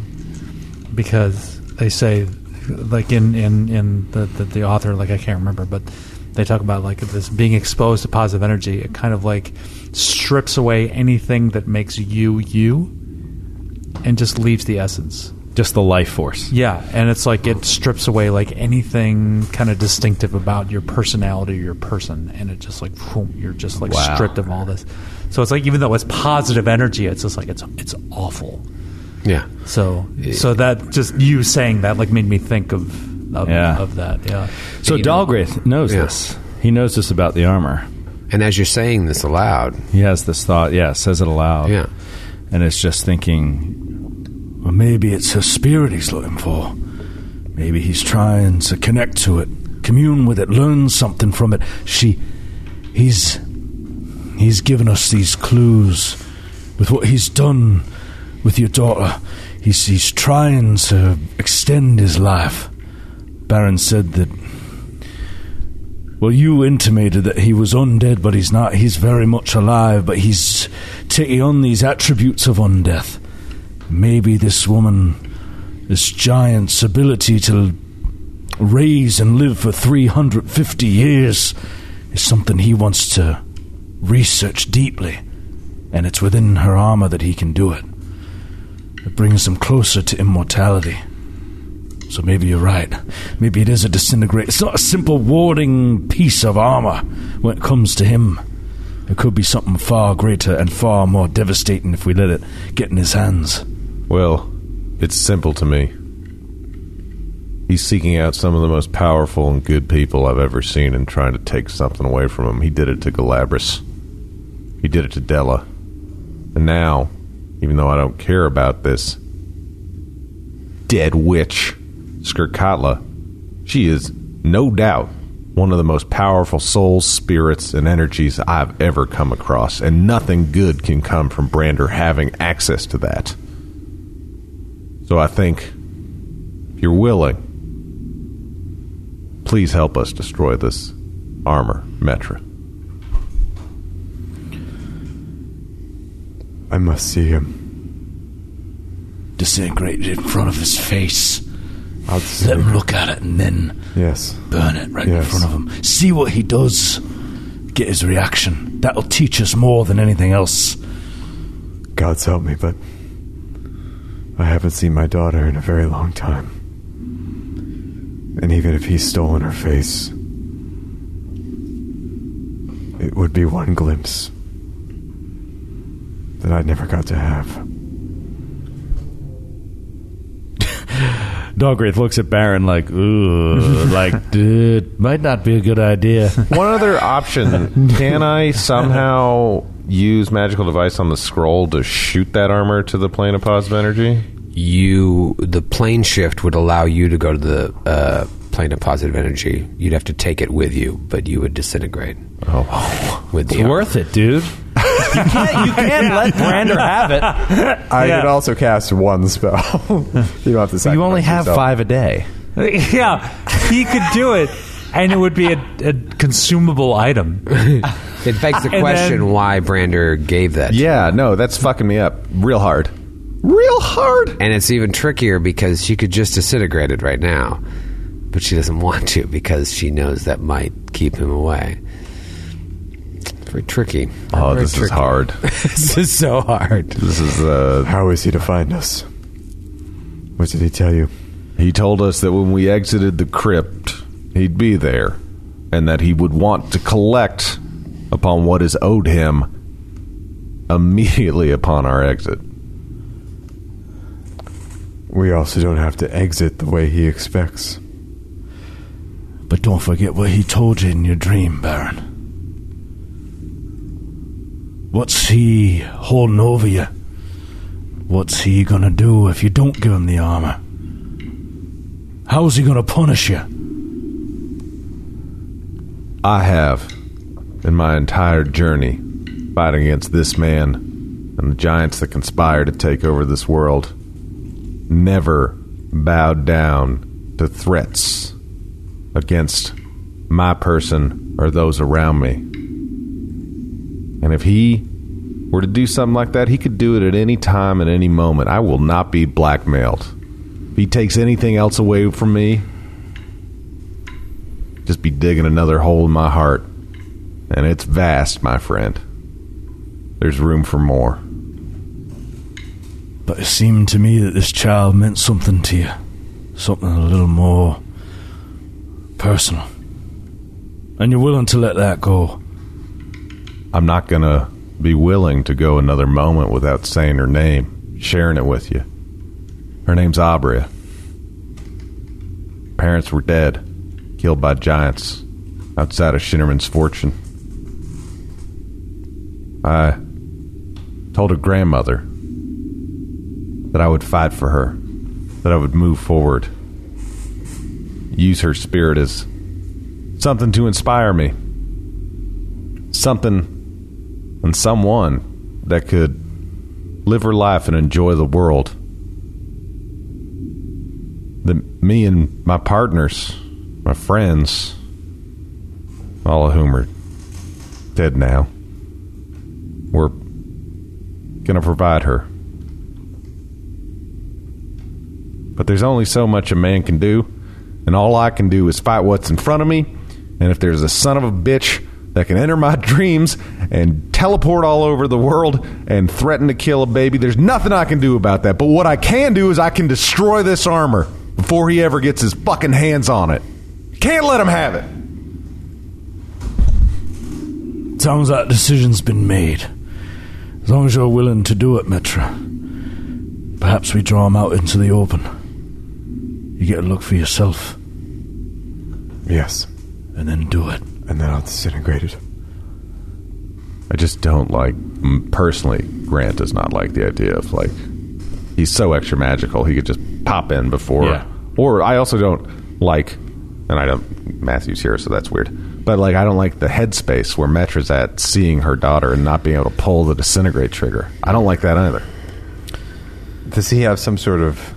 Speaker 10: because they say like in in in the, the the author like I can't remember but they talk about like this being exposed to positive energy it kind of like strips away anything that makes you you and just leaves the essence
Speaker 8: Just the life force.
Speaker 10: yeah, and it's like it strips away like anything kind of distinctive about your personality or your person, and it just like phoom, you're just like stripped of all this. So it's like even though it's positive energy, it's just like it's it's awful.
Speaker 2: Yeah,
Speaker 10: So so that just you saying that like made me think of of,
Speaker 8: Yeah.
Speaker 10: of that. Yeah,
Speaker 8: So
Speaker 2: You know-
Speaker 8: Dalgraith knows
Speaker 2: Yeah.
Speaker 8: this. He knows this about the armor.
Speaker 2: and as you're saying this aloud,
Speaker 8: He has this thought. Yeah, says it aloud.
Speaker 2: yeah,
Speaker 8: And it's just thinking,
Speaker 4: Or maybe it's her spirit he's looking for. Maybe he's trying to connect to it, commune with it, learn something from it. She. He's. He's given us these clues with what he's done with your daughter. He's, he's trying to extend his life. Baron said that. Well, you intimated that he was undead, but he's not. He's very much alive, but he's taking on these attributes of undeath. Maybe this woman, this giant's ability to raise and live for 350 years, is something he wants to research deeply, and it's within her armor that he can do it. It brings him closer to immortality. So maybe you're right. Maybe it is a disintegrate. It's not a simple warding piece of armor when it comes to him. It could be something far greater and far more devastating if we let it get in his hands.
Speaker 5: Well, it's simple to me. He's seeking out some of the most powerful and good people I've ever seen and trying to take something away from them. He did it to Galabras. He did it to Della. And now, even though I don't care about this dead witch, Skirkatla, she is no doubt one of the most powerful souls, spirits, and energies I've ever come across, and nothing good can come from Brander having access to that. So I think if you're willing, please help us destroy this armor, Metra.
Speaker 6: I must see him.
Speaker 4: Disintegrate it in front of his face.
Speaker 6: I'll
Speaker 4: Let him look at it and then
Speaker 6: Yes.
Speaker 4: burn it right
Speaker 6: Yes.
Speaker 4: in front of him. See what he does. Get his reaction. That'll teach us more than anything else.
Speaker 6: God's help me, but I haven't seen my daughter in a very long time. And even if he's stolen her face, it would be one glimpse that I never got to have.
Speaker 8: Dogwraith looks at Baron like, ooh, like, dude, might not be a good idea.
Speaker 5: One other option. Can I somehow use magical device on the scroll to shoot that armor to the plane of positive energy?
Speaker 2: You the plane shift would allow you to go to the uh, plane of positive energy. You'd have to take it with you, but you would disintegrate. Oh, with the
Speaker 8: Worth it, dude. You can't, you can't let Brander have it.
Speaker 3: I could also cast one spell. you don't have to.
Speaker 8: You only
Speaker 3: sacrifice
Speaker 8: have
Speaker 3: yourself.
Speaker 8: five a day.
Speaker 10: yeah, he could do it, and it would be a, a consumable item.
Speaker 2: It begs the
Speaker 10: And
Speaker 2: question
Speaker 10: then-
Speaker 2: why Brander gave that. to
Speaker 5: Yeah, no, that's fucking me up real hard. Real hard.
Speaker 2: And it's even trickier because she could just disintegrate it right now, but she doesn't want to because she knows that might keep him away. It's very tricky.
Speaker 5: Oh, this is hard.
Speaker 2: this is so hard.
Speaker 5: This is uh
Speaker 6: How is he to find us? What did he tell you?
Speaker 5: he told us that when we exited the crypt, he'd be there and that he would want to collect upon what is owed him immediately upon our exit.
Speaker 6: We also don't have to exit the way he expects.
Speaker 4: But don't forget what he told you in your dream, Baron. What's he holding over you? What's he gonna do if you don't give him the armor? How's he gonna punish you?
Speaker 5: I have, in my entire journey, fighting against this man and the giants that conspire to take over this world, never bowed down to threats against my person or those around me. And if he were to do something like that, he could do it at any time, at any moment. I will not be blackmailed. If he takes anything else away from me, just be digging another hole in my heart. And it's vast, my friend. There's room for more.
Speaker 4: But it seemed to me that this child meant something to you. Something a little more personal. And you're willing to let that go.
Speaker 5: I'm not going to be willing to go another moment without saying her name, sharing it with you. Her name's Abria. Parents were dead, killed by giants outside of Shinnerman's fortune. I told her grandmother that I would fight for her, that I would move forward, use her spirit as something to inspire me, something and someone that could live her life and enjoy the world. That me and my partners, my friends, all of whom are dead now, were going to provide her. But there's only so much a man can do, and all I can do is fight what's in front of me. And if there's a son of a bitch that can enter my dreams and teleport all over the world and threaten to kill a baby, there's nothing I can do about that. But what I can do is I can destroy this armor before he ever gets his fucking hands on it. Can't let him have it.
Speaker 4: Sounds like decision's been made. As long as you're willing to do it, Mitra. Perhaps we draw him out into the open. You get a look for yourself,
Speaker 6: Yes,
Speaker 4: and then do it.
Speaker 6: and then I'll disintegrate it.
Speaker 5: I just don't like m- personally. Grant does not like the idea of like he's so extra magical. He could just pop in before,
Speaker 8: Yeah.
Speaker 5: or I also don't like
Speaker 9: and I don't. Matthew's here, so that's weird. But like, I don't like the headspace where Metra's at, seeing her daughter and not being able to pull the disintegrate trigger. I don't like that either.
Speaker 3: Does he have some sort of?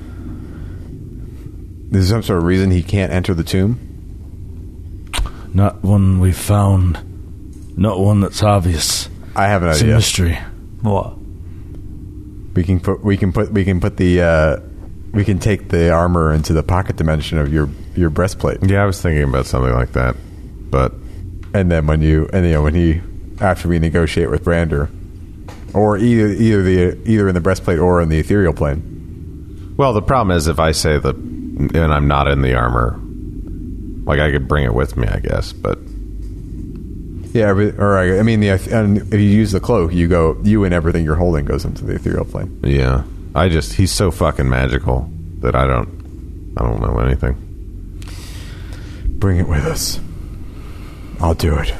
Speaker 3: Is there some sort of reason he can't enter the tomb?
Speaker 4: Not one we found. Not one that's obvious.
Speaker 3: I have an
Speaker 4: It's a
Speaker 3: idea.
Speaker 4: mystery.
Speaker 10: What?
Speaker 3: We can put we can put we can put the uh, we can take the armor into the pocket dimension of your your breastplate,
Speaker 5: Yeah, I was thinking about something like that, but
Speaker 3: and then when you and you know when he after we negotiate with Brander, or either either the either in the breastplate or in the ethereal plane.
Speaker 9: Well, the problem is if I say the, and I'm not in the armor, like I could bring it with me, I guess. But
Speaker 3: Yeah, but- or I, I mean the and if you use the cloak, you go you and everything you're holding goes into the ethereal plane.
Speaker 9: yeah, I just he's so fucking magical that I don't, I don't know anything.
Speaker 6: Bring it with us. I'll do it.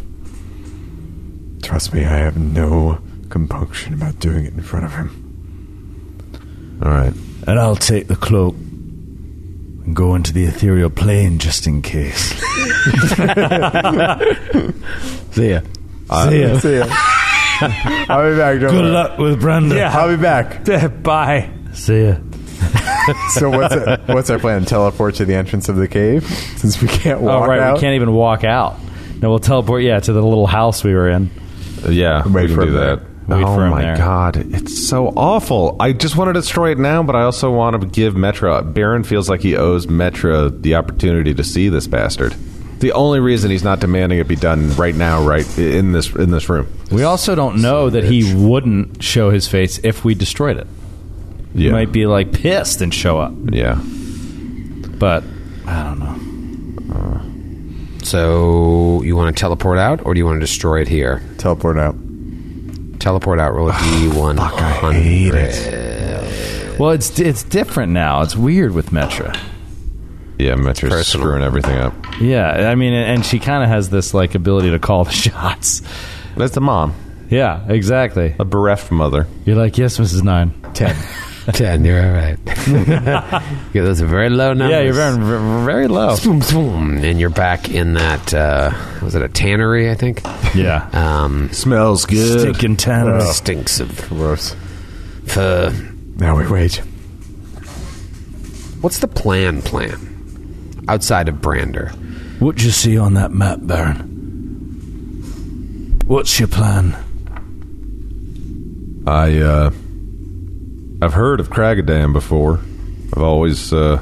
Speaker 6: Trust me, I have no compunction about doing it in front of him.
Speaker 9: All right,
Speaker 4: And I'll take the cloak and go into the ethereal plane just in case. See ya. See ya.
Speaker 3: See ya. I'll be back. Don't
Speaker 4: Good
Speaker 3: worry.
Speaker 4: luck with Brandon.
Speaker 3: I'll be back.
Speaker 10: Bye.
Speaker 4: See ya.
Speaker 3: So what's our, what's our plan? Teleport to the entrance of the cave since we can't walk
Speaker 8: oh, right.
Speaker 3: out.
Speaker 8: We can't even walk out. No, we'll teleport, yeah, to the little house we were in.
Speaker 9: yeah,
Speaker 3: Wait
Speaker 9: we can
Speaker 3: for
Speaker 9: do
Speaker 3: him there.
Speaker 9: that.
Speaker 8: Wait
Speaker 9: oh
Speaker 8: for him
Speaker 9: my
Speaker 8: there.
Speaker 9: god, it's so awful. I just want to destroy it now, but I also want to give Metro. Baron feels like he owes Metro the opportunity to see this bastard. The only reason he's not demanding it be done right now, right in this in this room.
Speaker 8: We also don't know that he wouldn't show his face if we destroyed it.
Speaker 9: Yeah,
Speaker 8: He might be like pissed and show up,
Speaker 9: yeah.
Speaker 8: but I don't know.
Speaker 2: So you want to teleport out, or do you want to destroy it here?
Speaker 3: Teleport out.
Speaker 2: Teleport out. Roll a d one hundred.
Speaker 8: Well, it's it's different now. It's weird with Metra.
Speaker 9: Yeah, Metra's
Speaker 2: personal.
Speaker 9: screwing everything up.
Speaker 8: Yeah, I mean, and she kind of has this like ability to call the shots.
Speaker 9: That's the mom,
Speaker 8: Yeah, exactly.
Speaker 9: a bereft mother.
Speaker 8: You're like, yes, Mrs. Nine.
Speaker 2: Ten. You're all right. yeah, those are very low numbers.
Speaker 8: Yeah, you're very very low.
Speaker 2: Boom, boom, and you're back in that. Uh, was it a tannery? I think.
Speaker 8: Yeah,
Speaker 2: Um,
Speaker 9: Smells good.
Speaker 8: stinking tanner.
Speaker 2: Uh. Stinks of
Speaker 3: Gross.
Speaker 2: fur.
Speaker 3: Now we wait.
Speaker 2: What's the plan? Plan outside of Brander.
Speaker 4: What you see on that map, Baron? What's your plan?
Speaker 5: I uh,
Speaker 9: I've heard of Kragadan before. I've always. Uh,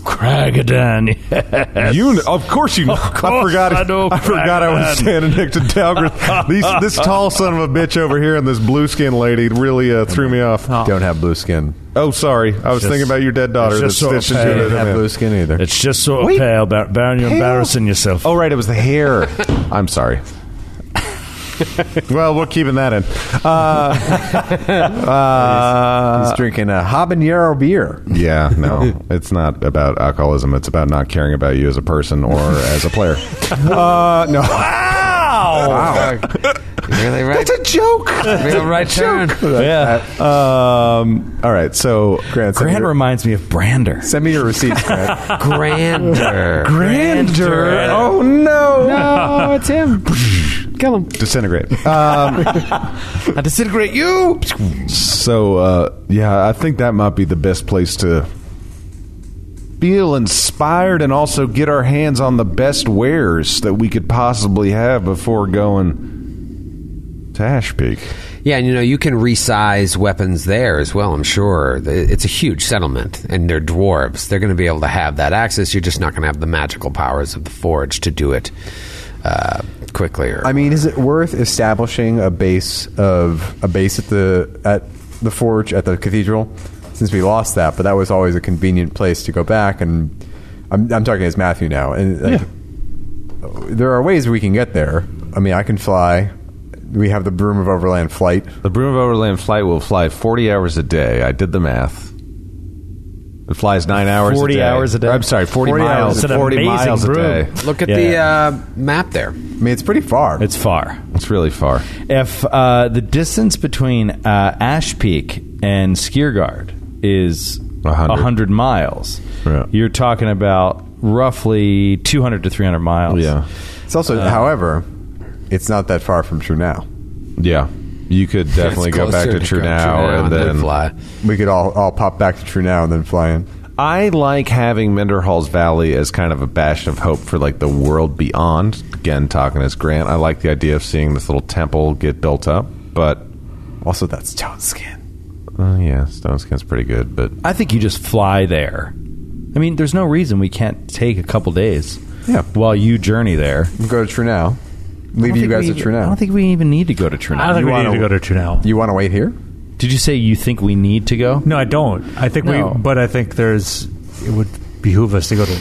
Speaker 4: Kragadan.
Speaker 5: you. Know, of course you. Know.
Speaker 8: Oh,
Speaker 5: I forgot.
Speaker 4: I know
Speaker 5: forgot I was standing next to Dalgrith. These, this tall son of a bitch over here and this blue skin lady really uh, threw me off.
Speaker 3: Don't have blue skin.
Speaker 5: Oh, sorry. I was
Speaker 4: Just-
Speaker 5: thinking about your dead daughter
Speaker 4: it's
Speaker 5: that
Speaker 4: just sort of
Speaker 5: stitches
Speaker 4: pain.
Speaker 5: you
Speaker 3: Don't
Speaker 5: to
Speaker 3: have
Speaker 5: the
Speaker 3: blue skin either.
Speaker 4: It's just sort of pale, Bar- Baron. You're embarrassing yourself.
Speaker 9: oh, right, it was the hair. I'm sorry.
Speaker 5: Well, we're keeping that in.
Speaker 9: Uh,
Speaker 3: He's drinking a habanero beer.
Speaker 9: Yeah, no, it's not about alcoholism. It's about not caring about you as a person or as a player.
Speaker 3: Uh, no.
Speaker 2: Really right.
Speaker 9: a joke.
Speaker 2: Real right turn.
Speaker 8: yeah,
Speaker 9: Um, all right, so
Speaker 3: Grant, send, me
Speaker 8: Grant
Speaker 3: your,
Speaker 8: reminds me of Brander.
Speaker 3: send me your receipts, Grant.
Speaker 2: Grander.
Speaker 8: Grander.
Speaker 9: Oh no!
Speaker 2: No, it's him. Kill him.
Speaker 9: Disintegrate. Um, I disintegrate you. So uh, yeah, I think that might be the best place to feel inspired and also get our hands on the best wares that we could possibly have before going to Ash Peak.
Speaker 2: Yeah, and you know you can resize weapons there as well. I'm sure The- it's a huge settlement, and they're dwarves. They're going to be able to have that access. You're just not going to have the magical powers of the forge to do it uh, quickly. Or
Speaker 3: I mean, is it worth establishing a base of a base at the at the forge at the cathedral? Since we lost that, but that was always a convenient place to go back. And I'm, I'm talking as Matthew now. And like, there are ways we can get there. I mean, I can fly. We have the broom of overland flight.
Speaker 9: The broom of overland flight will fly 40 hours a day. I did the math. It flies nine hours.
Speaker 8: 40
Speaker 9: a day.
Speaker 8: hours a day?
Speaker 9: I'm sorry, 40,
Speaker 3: 40
Speaker 9: miles.
Speaker 3: hours.
Speaker 8: It's an
Speaker 9: 40
Speaker 8: amazing
Speaker 9: miles
Speaker 8: broom.
Speaker 9: a day.
Speaker 2: look at
Speaker 8: Yeah.
Speaker 2: the uh, map there.
Speaker 3: I mean, it's pretty far.
Speaker 8: It's far.
Speaker 9: It's really far.
Speaker 8: If uh, the distance between uh, Ash Peak and Skiergard is
Speaker 9: 100.
Speaker 8: 100 miles,
Speaker 9: Yeah.
Speaker 8: you're talking about roughly 200 to 300 miles.
Speaker 5: Yeah.
Speaker 3: It's also,
Speaker 8: Uh,
Speaker 3: however, it's not that far from True Now.
Speaker 5: Yeah. You could definitely go back to True Now and then
Speaker 3: We could all, all pop back to True Now and then fly in.
Speaker 5: I like having Menderhall's Valley as kind of a bastion of hope for like the world beyond. Again, talking as Grant, I like the idea of seeing this little temple get built up, but
Speaker 3: also that's stone skin.
Speaker 5: Uh, yeah, stone skin's pretty good, but
Speaker 8: I think you just fly there. I mean, there's no reason we can't take a couple days.
Speaker 3: Yeah.
Speaker 8: While you journey there,
Speaker 3: go to Trunau. Leave
Speaker 8: I don't
Speaker 3: you
Speaker 8: think
Speaker 3: guys
Speaker 8: we-
Speaker 3: at True
Speaker 8: I
Speaker 3: Now.
Speaker 8: don't think we even need to go to Trunau.
Speaker 10: I don't think
Speaker 8: You
Speaker 10: we
Speaker 8: wanna-
Speaker 10: need to go to Trunel.
Speaker 3: You want to wait here?
Speaker 8: Did you say you think we need to go?
Speaker 10: No, I don't. I think
Speaker 8: No.
Speaker 10: we, but I think there's. It would behoove us to go to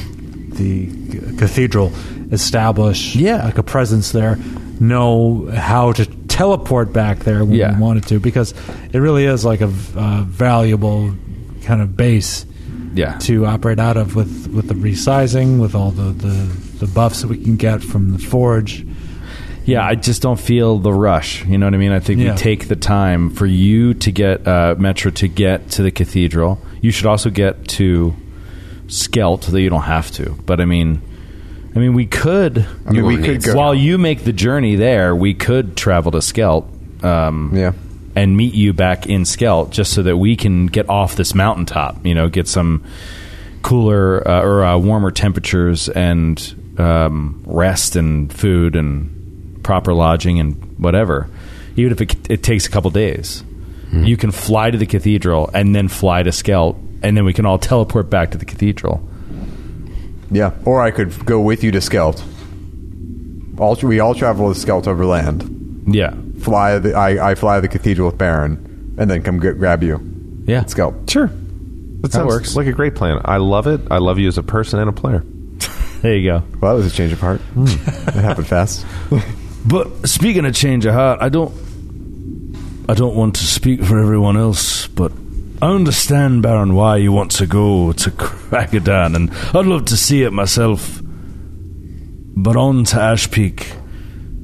Speaker 10: the cathedral, establish
Speaker 8: Yeah.
Speaker 10: like a presence there, know how to teleport back there when
Speaker 8: Yeah.
Speaker 10: we wanted to, because it really is like a v- uh, valuable kind of base
Speaker 8: Yeah.
Speaker 10: to operate out of with with the resizing, with all the the, the buffs that we can get from the forge.
Speaker 8: Yeah, I just don't feel the rush. You know what I mean? I think
Speaker 10: Yeah.
Speaker 8: we take the time for you to get uh, Metro to get to the cathedral. You should also get to Skelt, though you don't have to. But I mean, I mean, we could.
Speaker 3: I mean, we could go.
Speaker 8: While you make the journey there, we could travel to Skelt um,
Speaker 3: Yeah.
Speaker 8: and meet you back in Skelt, just so that we can get off this mountaintop. You know, get some cooler uh, or uh, warmer temperatures and um, rest and food and proper lodging and whatever. Even if it, it takes a couple days,
Speaker 4: Hmm.
Speaker 8: you can fly to the cathedral and then fly to Skelt, and then we can all teleport back to the cathedral.
Speaker 3: Yeah. Or I could go with you to Skelt. All, we all travel to Skelt over land.
Speaker 8: Yeah,
Speaker 3: Fly the, I, I fly the cathedral with Baron, and then come get, grab you.
Speaker 8: yeah,
Speaker 3: Skelt.
Speaker 8: Sure,
Speaker 5: that, sounds
Speaker 8: works.
Speaker 5: like a great plan. I love it. I love you as a person and a player.
Speaker 8: there you go.
Speaker 3: Well, that was a change of heart. Hmm. it happened fast.
Speaker 4: But speaking of change of heart, I don't I don't want to speak for everyone else, but I understand, Baron, why you want to go to Krakadan, and I'd love to see it myself. But on to Ash Peak,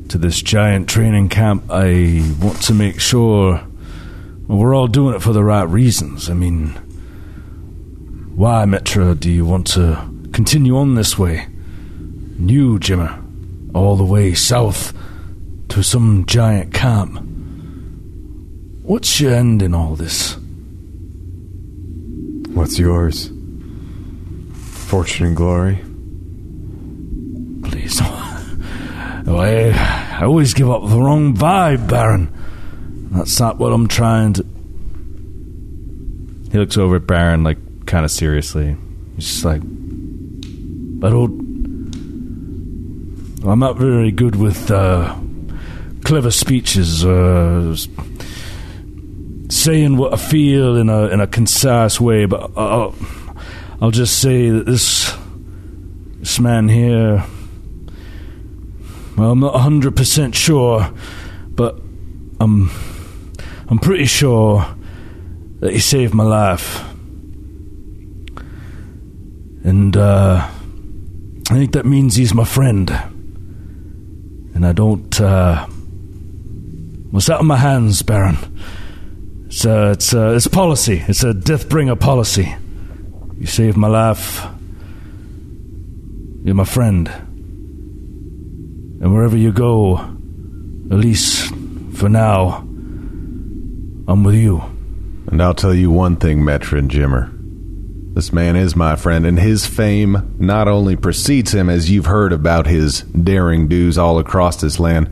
Speaker 4: to this giant training camp, I want to make sure we're all doing it for the right reasons. I mean, why, Metra, do you want to continue on this way? You, Jimmer, all the way south to some giant camp. What's your end in all this?
Speaker 6: What's yours? Fortune and glory?
Speaker 4: Please. Oh, I, I always give up the wrong vibe, Baron. That's not what I'm trying to.
Speaker 8: He looks over at Baron like kind of seriously. He's just like,
Speaker 4: But old, I'm not very good with uh, clever speeches, uh, s- saying what I feel in a in a concise way. But I'll, I'll just say that this this man here, well, I'm not hundred percent sure, but I'm I'm pretty sure that he saved my life. And uh, I think that means he's my friend. And I don't. Uh, what's out of my hands, Baron? It's uh, it's uh, it's policy. It's a deathbringer policy. You saved my life. You're my friend. And wherever you go, at least for now, I'm with you.
Speaker 5: And I'll tell you one thing, Metron Jimmer. This man is my friend, and his fame not only precedes him, as you've heard about his daring do's all across this land,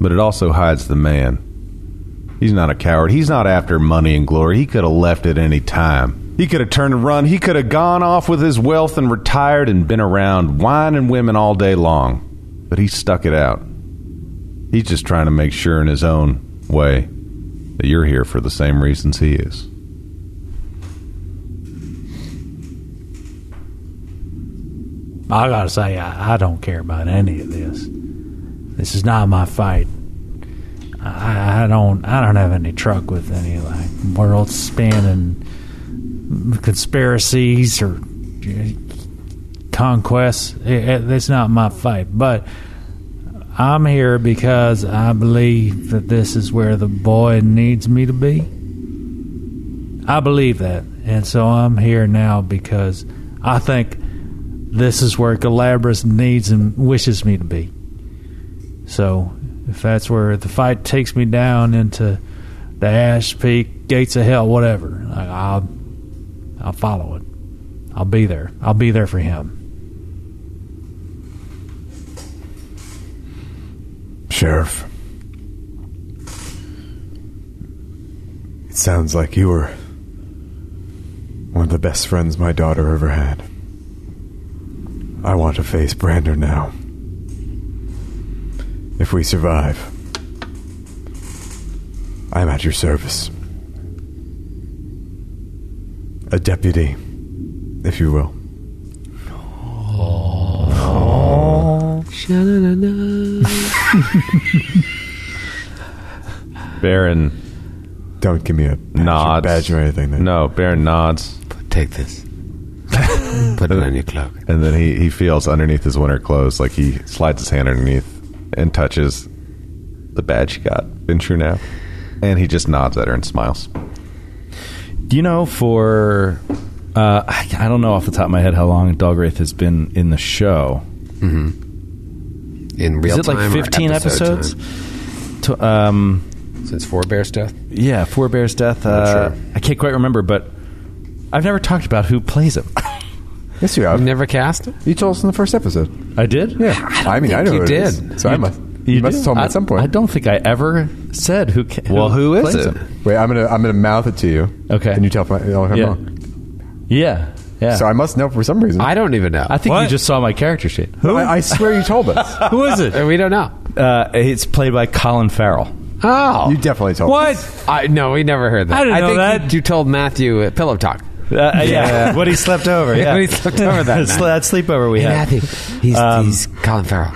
Speaker 5: but it also hides the man. He's not a coward. He's not after money and glory. He could have left at any time. He could have turned and run. He could have gone off with his wealth and retired and been around wine and women all day long. But he stuck it out. He's just trying to make sure in his own way that you're here for the same reasons he is.
Speaker 10: I gotta say, I, I don't care about any of this. This is not my fight. I, I don't. I don't have any truck with any like world-spanning conspiracies or uh, conquests. It, it, it's not my fight. But I'm here because I believe that this is where the boy needs me to be. I believe that, and so I'm here now because I think this is where Galabras needs and wishes me to be. So if that's where the fight takes me down into the Ash Peak, Gates of Hell, whatever, like, I'll I'll follow it. I'll be there. I'll be there for him.
Speaker 6: Sheriff. It sounds like you were one of the best friends my daughter ever had. I want to face Brander now. If we survive, I'm at your service. A deputy, if you will.
Speaker 5: Baron
Speaker 6: Don't give me a
Speaker 5: nods.
Speaker 6: badge or anything. Then.
Speaker 5: No, Baron nods.
Speaker 14: Take this. Put it on your cloak.
Speaker 5: And then he, he feels underneath his winter clothes, like he slides his hand underneath and touches the badge he got in True Now. And he just nods at her and smiles.
Speaker 8: you know for uh, I, I don't know off the top of my head how long Dogwraith has been in the show.
Speaker 2: in real
Speaker 8: Is it
Speaker 2: time.
Speaker 8: like
Speaker 2: or
Speaker 8: fifteen
Speaker 2: episode
Speaker 8: episodes?
Speaker 2: time?
Speaker 8: To, um,
Speaker 2: since Four Bears death.
Speaker 8: yeah, Four Bears Death. Uh, I can't quite remember, but I've never talked about who plays him.
Speaker 3: Yes, you have.
Speaker 2: Never cast him.
Speaker 3: You told us in the first episode.
Speaker 8: I did. Yeah,
Speaker 3: I, mean, I know
Speaker 2: think
Speaker 3: who
Speaker 2: you
Speaker 3: it is,
Speaker 2: did.
Speaker 3: So I must. You, must have told me
Speaker 8: I,
Speaker 3: at some point.
Speaker 8: I don't think I ever said who. Ca-
Speaker 5: Well, who is
Speaker 8: plays
Speaker 5: it?
Speaker 8: him.
Speaker 3: Wait, I'm gonna I'm gonna mouth it to you.
Speaker 8: Okay.
Speaker 3: And you tell if, I, if I'm
Speaker 8: Yeah.
Speaker 3: wrong.
Speaker 8: Yeah, yeah.
Speaker 3: So I must know for some reason.
Speaker 2: I don't even know.
Speaker 8: I think you
Speaker 10: What?
Speaker 8: just saw my character sheet.
Speaker 3: I, I swear you told us.
Speaker 10: Who is it?
Speaker 2: we don't know.
Speaker 8: Uh, it's played by Colin Farrell.
Speaker 2: Oh,
Speaker 3: You definitely told us.
Speaker 10: What?
Speaker 2: I no, we never heard that.
Speaker 10: I didn't know
Speaker 2: think
Speaker 10: that.
Speaker 2: You, you told Matthew at Pillow Talk.
Speaker 8: Uh, yeah, when he slept over. Yeah,
Speaker 2: When he slept over that night.
Speaker 8: that sleepover we
Speaker 2: Hey,
Speaker 8: had.
Speaker 2: Matthew, he's,
Speaker 10: Um,
Speaker 2: he's Colin Farrell.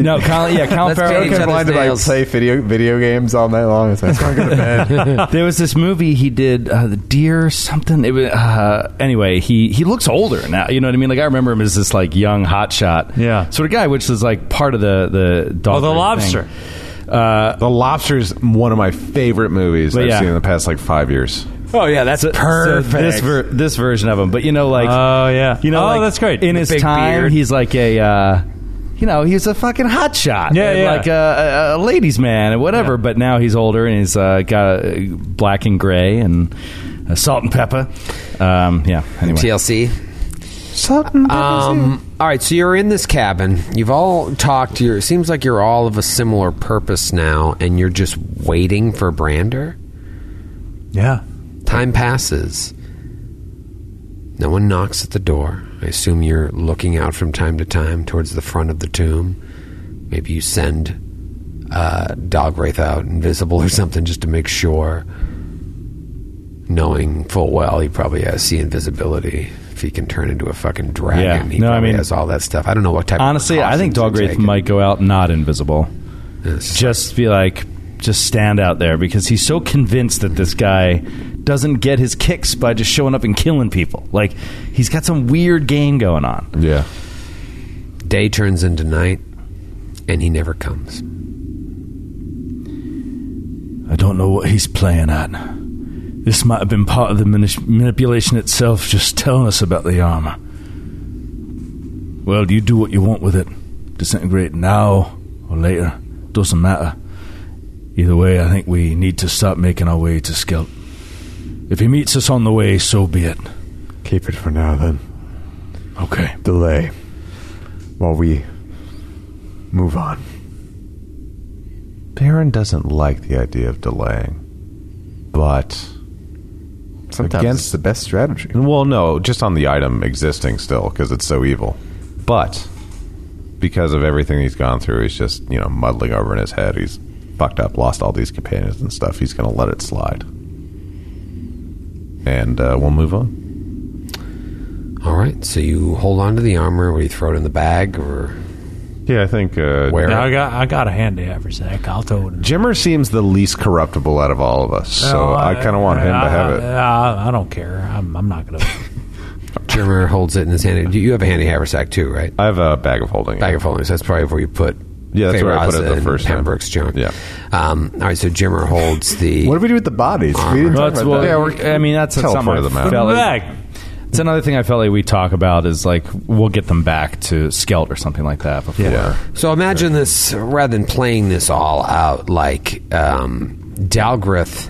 Speaker 8: No, Colin, yeah, Colin
Speaker 2: Let's
Speaker 8: Farrell.
Speaker 2: change
Speaker 3: I'm
Speaker 2: Each
Speaker 3: blinded
Speaker 2: other's
Speaker 3: by
Speaker 2: nails.
Speaker 3: play video video games all night long. It's like, I'm going to bed.
Speaker 8: There was this movie he did, uh, the deer something. It was uh, anyway. He he looks older now. You know what I mean? Like I remember him as this like young hotshot,
Speaker 10: Yeah.
Speaker 8: sort of guy, which is like part of the the dog.
Speaker 10: Oh, the
Speaker 8: thing.
Speaker 10: lobster.
Speaker 5: The Lobster's one of my favorite movies
Speaker 8: But
Speaker 5: I've
Speaker 8: yeah.
Speaker 5: seen in the past like five years.
Speaker 8: Oh yeah, that's so,
Speaker 10: perfect.
Speaker 8: So this ver- this version of him, but you know, like
Speaker 10: Oh yeah.
Speaker 8: you know,
Speaker 10: Oh,
Speaker 8: like,
Speaker 10: that's great.
Speaker 8: In
Speaker 10: The
Speaker 8: his
Speaker 10: big
Speaker 8: time,
Speaker 10: beard.
Speaker 8: he's like a. Uh, you know, he's a fucking hotshot.
Speaker 10: Yeah,
Speaker 8: and
Speaker 10: yeah.
Speaker 8: Like a, a, a ladies' man and whatever. But now he's older and he's uh, got uh, black and gray and uh, salt and pepper. Um, yeah. Anyway.
Speaker 2: TLC. Um, all right, so you're in this cabin. You've all talked. You're, it seems like you're all of a similar purpose now, and you're just waiting for Brander.
Speaker 10: Yeah.
Speaker 2: Time passes. No one knocks at the door. I assume you're looking out from time to time towards the front of the tomb. Maybe you send uh, Dogwraith out invisible or something just to make sure, knowing full well he probably has sea invisibility. If he can turn into a fucking dragon,
Speaker 8: Yeah.
Speaker 2: he
Speaker 8: No, I
Speaker 2: probably
Speaker 8: mean-
Speaker 2: has all that stuff. I don't know what type.
Speaker 8: Honestly,
Speaker 2: of
Speaker 8: I think
Speaker 2: precautions
Speaker 8: Dogwraith
Speaker 2: you
Speaker 8: might go out not invisible.
Speaker 2: take. It's just-
Speaker 8: Just be like, just stand out there because he's so convinced that this guy doesn't get his kicks by just showing up and killing people. Like, he's got some weird game going on.
Speaker 5: Yeah.
Speaker 2: day turns into night, and he never comes.
Speaker 4: I don't know what he's playing at. This might have been part of the manip- manipulation itself, just telling us about the armor. Well, you do what you want with it. Disintegrate now or later. Doesn't matter. Either way, I think we need to start making our way to Skelt. If he meets us on the way, so be it.
Speaker 6: Keep it for now, then.
Speaker 4: Okay.
Speaker 6: Delay while we move on.
Speaker 5: Baron doesn't like the idea of delaying, but
Speaker 3: Sometimes
Speaker 5: Against-
Speaker 3: it's the best strategy.
Speaker 5: Well, no, just on the item existing still because it's so evil. But because of everything he's gone through, he's just, you know, muddling over in his head. He's fucked up, lost all these companions and stuff. He's going to let it slide. And uh, we'll move on.
Speaker 2: All right, so you hold on to the armor, or you throw it in the bag, or
Speaker 5: Yeah, I think. Uh,
Speaker 2: Where?
Speaker 10: Now I got I got a handy every sec. I'll throw it. in.
Speaker 5: Jimmer seems the least corruptible out of all of us, so I kind of want him to have it.
Speaker 10: I, I don't care. I'm, I'm not gonna.
Speaker 2: Jimmer holds it in his hand. You- You have a handy haversack too, right?
Speaker 5: I have a bag of holding.
Speaker 2: Bag of holdings. That's probably where you put.
Speaker 5: Yeah, that's where I put
Speaker 2: Feyraza
Speaker 5: it the
Speaker 2: and
Speaker 5: first time.
Speaker 2: Pembroke's junk.
Speaker 5: Yeah.
Speaker 2: Um, all right. So Jimmer holds the.
Speaker 3: What do we do with the bodies? We didn't
Speaker 8: Well,
Speaker 3: talk
Speaker 8: that's,
Speaker 3: about
Speaker 8: well,
Speaker 3: that.
Speaker 8: I mean, that's something I
Speaker 5: teleported them out.
Speaker 8: felt like-
Speaker 10: Back.
Speaker 8: It's another thing I felt like we talk about is like we'll get them back to Skelt or something like that before.
Speaker 2: So imagine this rather than playing this all out like um, Dalgrith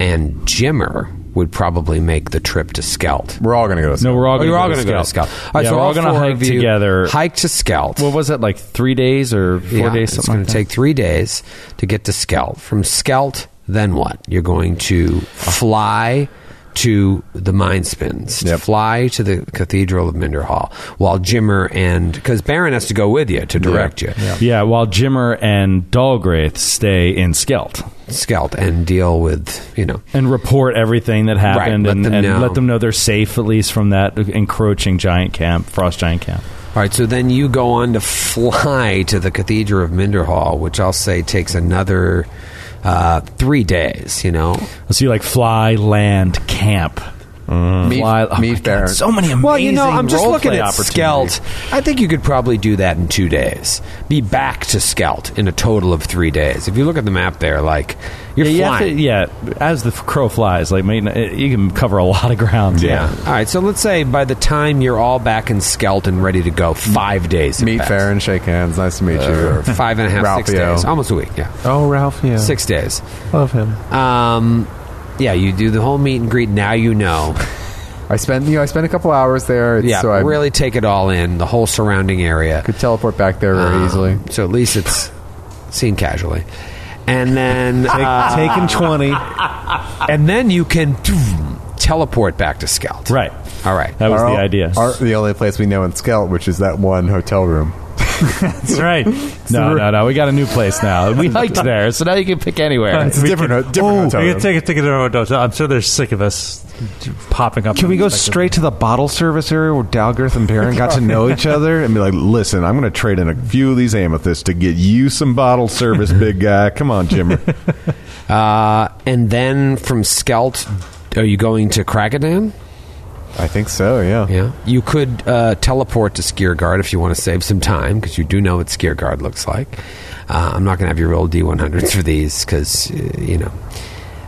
Speaker 2: and Jimmer would probably make the trip to Skelt.
Speaker 3: We're all going to go to
Speaker 8: No, we're all
Speaker 2: Oh,
Speaker 8: going
Speaker 2: you're
Speaker 8: to
Speaker 2: all
Speaker 8: go
Speaker 2: gonna go to
Speaker 8: Skelt.
Speaker 2: Skelt. All right,
Speaker 8: yeah,
Speaker 2: so
Speaker 8: we're all
Speaker 2: all
Speaker 8: going to
Speaker 2: four
Speaker 8: hike
Speaker 2: of you
Speaker 8: together.
Speaker 2: Hike to Skelt.
Speaker 8: What was it like three days or four
Speaker 2: Yeah,
Speaker 8: days?
Speaker 2: It's
Speaker 8: Something
Speaker 2: going
Speaker 8: like
Speaker 2: to take three days to get to Skelt. From Skelt, then what? You're going to fly to the mine spins, to fly to the Cathedral of Minderhall, while Jimmer and because Baron has to go with you to direct you.
Speaker 8: that. Yeah, while Jimmer and Dalgraith stay in Skelt.
Speaker 2: Skelt and deal with you know
Speaker 8: and report everything that happened
Speaker 2: let
Speaker 8: and,
Speaker 2: them
Speaker 8: and
Speaker 2: know.
Speaker 8: let them know they're safe at least from that encroaching giant camp, frost giant camp.
Speaker 2: All right, so then you go on to fly to the Cathedral of Minderhall, which I'll say takes another uh, three days. You know,
Speaker 8: So you like fly, land, camp.
Speaker 2: Mm.
Speaker 3: Meet-
Speaker 8: Fly- oh
Speaker 3: meet
Speaker 8: my God,
Speaker 3: Baron.
Speaker 8: so many amazing
Speaker 2: well, you know, I'm just
Speaker 8: role
Speaker 2: looking
Speaker 8: play
Speaker 2: at
Speaker 8: opportunities.
Speaker 2: Skelt. I think you could probably do that in two days. Be back to Skelt in a total of three days. If you look at the map there, like you're
Speaker 8: Yeah, you have to-
Speaker 2: flying.
Speaker 8: yeah, as the crow flies, like man, it- you can cover a lot of ground.
Speaker 2: All right. So let's say by the time you're all back in Skelt and ready to go, five days. have
Speaker 3: Meet
Speaker 2: passed.
Speaker 3: Farron, shake hands. Nice to meet
Speaker 2: Or
Speaker 3: you.
Speaker 2: five and a half, six
Speaker 3: Ralphio.
Speaker 2: days, almost a week. Yeah,
Speaker 3: Uh-huh.
Speaker 6: Oh, Ralph, yeah.
Speaker 2: six days.
Speaker 6: Love him.
Speaker 2: Um, yeah, you do the whole meet and greet. Now you know.
Speaker 3: I spent you know I spent a couple hours there. It's,
Speaker 2: Yeah,
Speaker 3: so I
Speaker 2: really take it all in, the whole surrounding area.
Speaker 3: could teleport back there very
Speaker 8: Ah,
Speaker 2: Um,
Speaker 3: easily.
Speaker 2: So at least it's seen casually. And then uh,
Speaker 9: Taking 20.
Speaker 2: and then you can teleport back to Skelt.
Speaker 8: Right.
Speaker 2: All right.
Speaker 8: That was
Speaker 3: Our-
Speaker 8: the idea.
Speaker 3: our- the only place we know in Skelt, which is that one hotel room.
Speaker 10: That's right.
Speaker 8: no, no, no. We got a new place now. We hiked there, so now you can pick anywhere.
Speaker 3: It's a different, ho- different
Speaker 10: Oh,
Speaker 3: hotel
Speaker 10: we can
Speaker 3: room.
Speaker 10: take a ticket to our hotel. I'm sure they're sick of us popping up.
Speaker 9: Can we go straight to the bottle service area where Dalgarth and Baron got to know each other and be like, listen, I'm going to trade in a few of these amethysts to get you some bottle service, big guy. Come on, Jimmer.
Speaker 2: Uh, and then from Skelt, are you going to Krakadan?
Speaker 3: I think so. Yeah.
Speaker 2: Yeah. You could uh, teleport to Skiergard if you want to save some time, because you do know what Skiergard looks like. Uh, I'm not going to have you roll D100s for these, because, you know,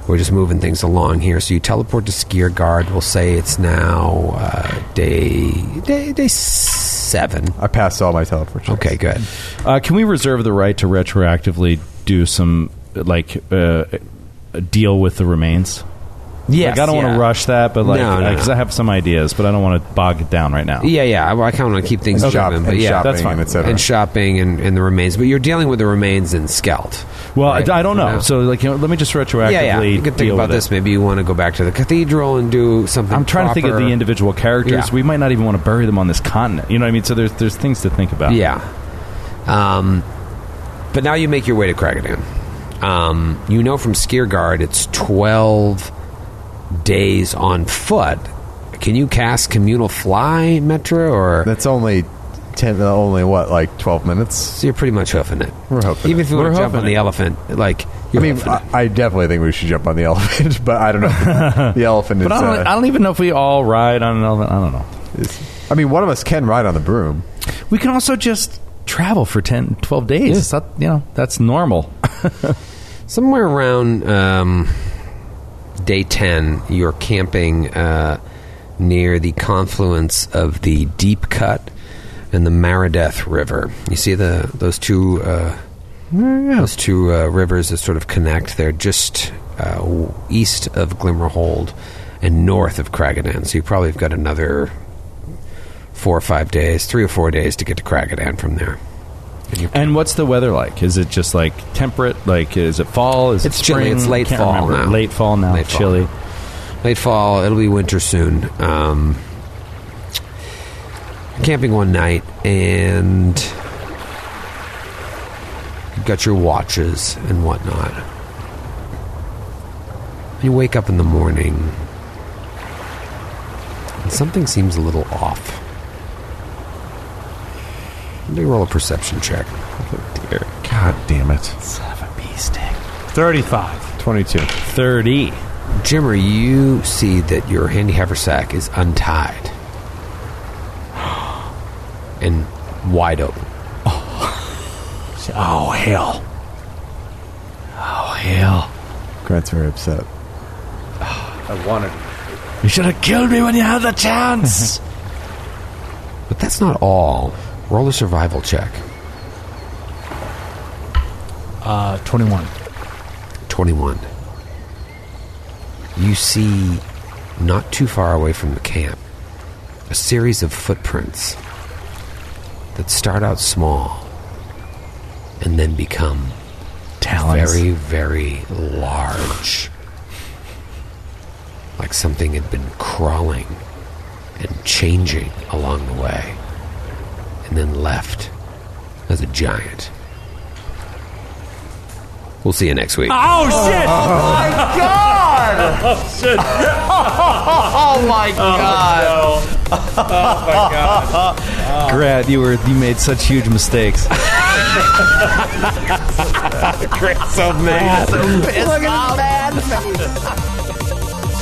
Speaker 2: we're just moving things along here. So you teleport to Skiergard. We'll say it's now uh, day, day, day seven.
Speaker 3: I passed all my teleport. checks.
Speaker 2: Okay, good.
Speaker 8: Uh, can we reserve the right to retroactively do some like uh, deal with the remains?
Speaker 2: Yes,
Speaker 8: Like, I don't want
Speaker 2: yeah.
Speaker 8: to rush that, but like
Speaker 2: No, no,
Speaker 8: because
Speaker 2: no.
Speaker 8: I have some ideas, but I don't want to bog it down right now.
Speaker 2: Yeah, yeah. I, I kind of want to keep things
Speaker 3: And shop-
Speaker 2: moving, but
Speaker 3: and
Speaker 2: yeah,
Speaker 3: shopping
Speaker 8: that's fine.
Speaker 3: and et cetera.
Speaker 2: and shopping and, and the remains. But you're dealing with the remains in Skelt.
Speaker 8: Well,
Speaker 2: right?
Speaker 8: I, I don't know.
Speaker 2: No.
Speaker 8: So like, you know, let me just retroactively
Speaker 2: yeah, yeah. You could think
Speaker 8: deal
Speaker 2: about
Speaker 8: with it.
Speaker 2: this. Maybe you want to go back to the cathedral and do something.
Speaker 8: I'm trying to think of
Speaker 2: proper.
Speaker 8: the individual characters.
Speaker 2: Yeah.
Speaker 8: We might not even want to bury them on this continent. You know what I mean? So there's there's things to think about.
Speaker 2: Yeah. Um, but now you make your way to Kragadan. Um, you know from Skiergard it's 12 days on foot. Can you cast communal fly, Metra, or
Speaker 3: That's only ten. uh, Only what, like twelve minutes?
Speaker 2: so you're pretty much hoofing it?
Speaker 3: We're hoping
Speaker 2: Even if you
Speaker 3: it.
Speaker 2: want
Speaker 3: We're
Speaker 2: to jump on
Speaker 3: hoping
Speaker 2: the
Speaker 3: it.
Speaker 2: elephant, like
Speaker 3: I
Speaker 2: you're
Speaker 3: mean,
Speaker 2: hoofing it.
Speaker 3: I, I definitely think we should jump on the elephant, but I don't know. if The elephant is.
Speaker 8: But I don't,
Speaker 3: uh,
Speaker 8: I don't even know if we all ride on an elephant. I don't know.
Speaker 3: is- I mean, one of us can ride on the broom.
Speaker 8: We can also just travel for 10, 12 days. It's not- you know, that's normal.
Speaker 2: somewhere around um, day 10 you're camping uh, near the confluence of the deep cut and the maradeth river you see the those two uh, those two uh, rivers that sort of connect they're just uh, w- east of glimmerhold and north of kragadan so you probably have got another four or five days three or four days to get to kragadan from there
Speaker 8: And what's the weather like? Is it just like temperate? Like, is it fall? Is
Speaker 2: It's
Speaker 8: it
Speaker 2: chilly.
Speaker 8: spring?
Speaker 2: It's late
Speaker 8: Can't
Speaker 2: fall
Speaker 8: remember.
Speaker 2: now.
Speaker 8: Late fall now.
Speaker 2: Late fall.
Speaker 8: chilly.
Speaker 2: late fall. It'll be winter soon. Um, camping one night, and you've got your watches and whatnot. You wake up in the morning, and something seems a little off. They roll a perception check.
Speaker 9: Oh, God damn it.
Speaker 10: Thirty-five.
Speaker 3: Twenty-two.
Speaker 8: Thirty.
Speaker 2: Jimmer, you see that your handy haversack is untied and wide open.
Speaker 10: Oh hell! Oh hell!
Speaker 3: Grant's very upset.
Speaker 9: I wanted
Speaker 15: You should have killed me when you had the chance.
Speaker 2: But that's not all. Roll a survival check.
Speaker 16: Uh, 21.
Speaker 2: 21. You see, not too far away from the camp, a series of footprints that start out small and then become
Speaker 15: Talons.
Speaker 2: very, very large. Like something had been crawling and changing along the way and then left as a giant. We'll see you next week.
Speaker 17: Oh shit!
Speaker 2: Oh,
Speaker 17: my god! Oh shit! oh my god! Oh my god!
Speaker 9: Grad, you were you made such huge mistakes.
Speaker 17: Chris so
Speaker 9: mad.
Speaker 17: So pissed
Speaker 18: Look
Speaker 17: off.
Speaker 18: at his mad face.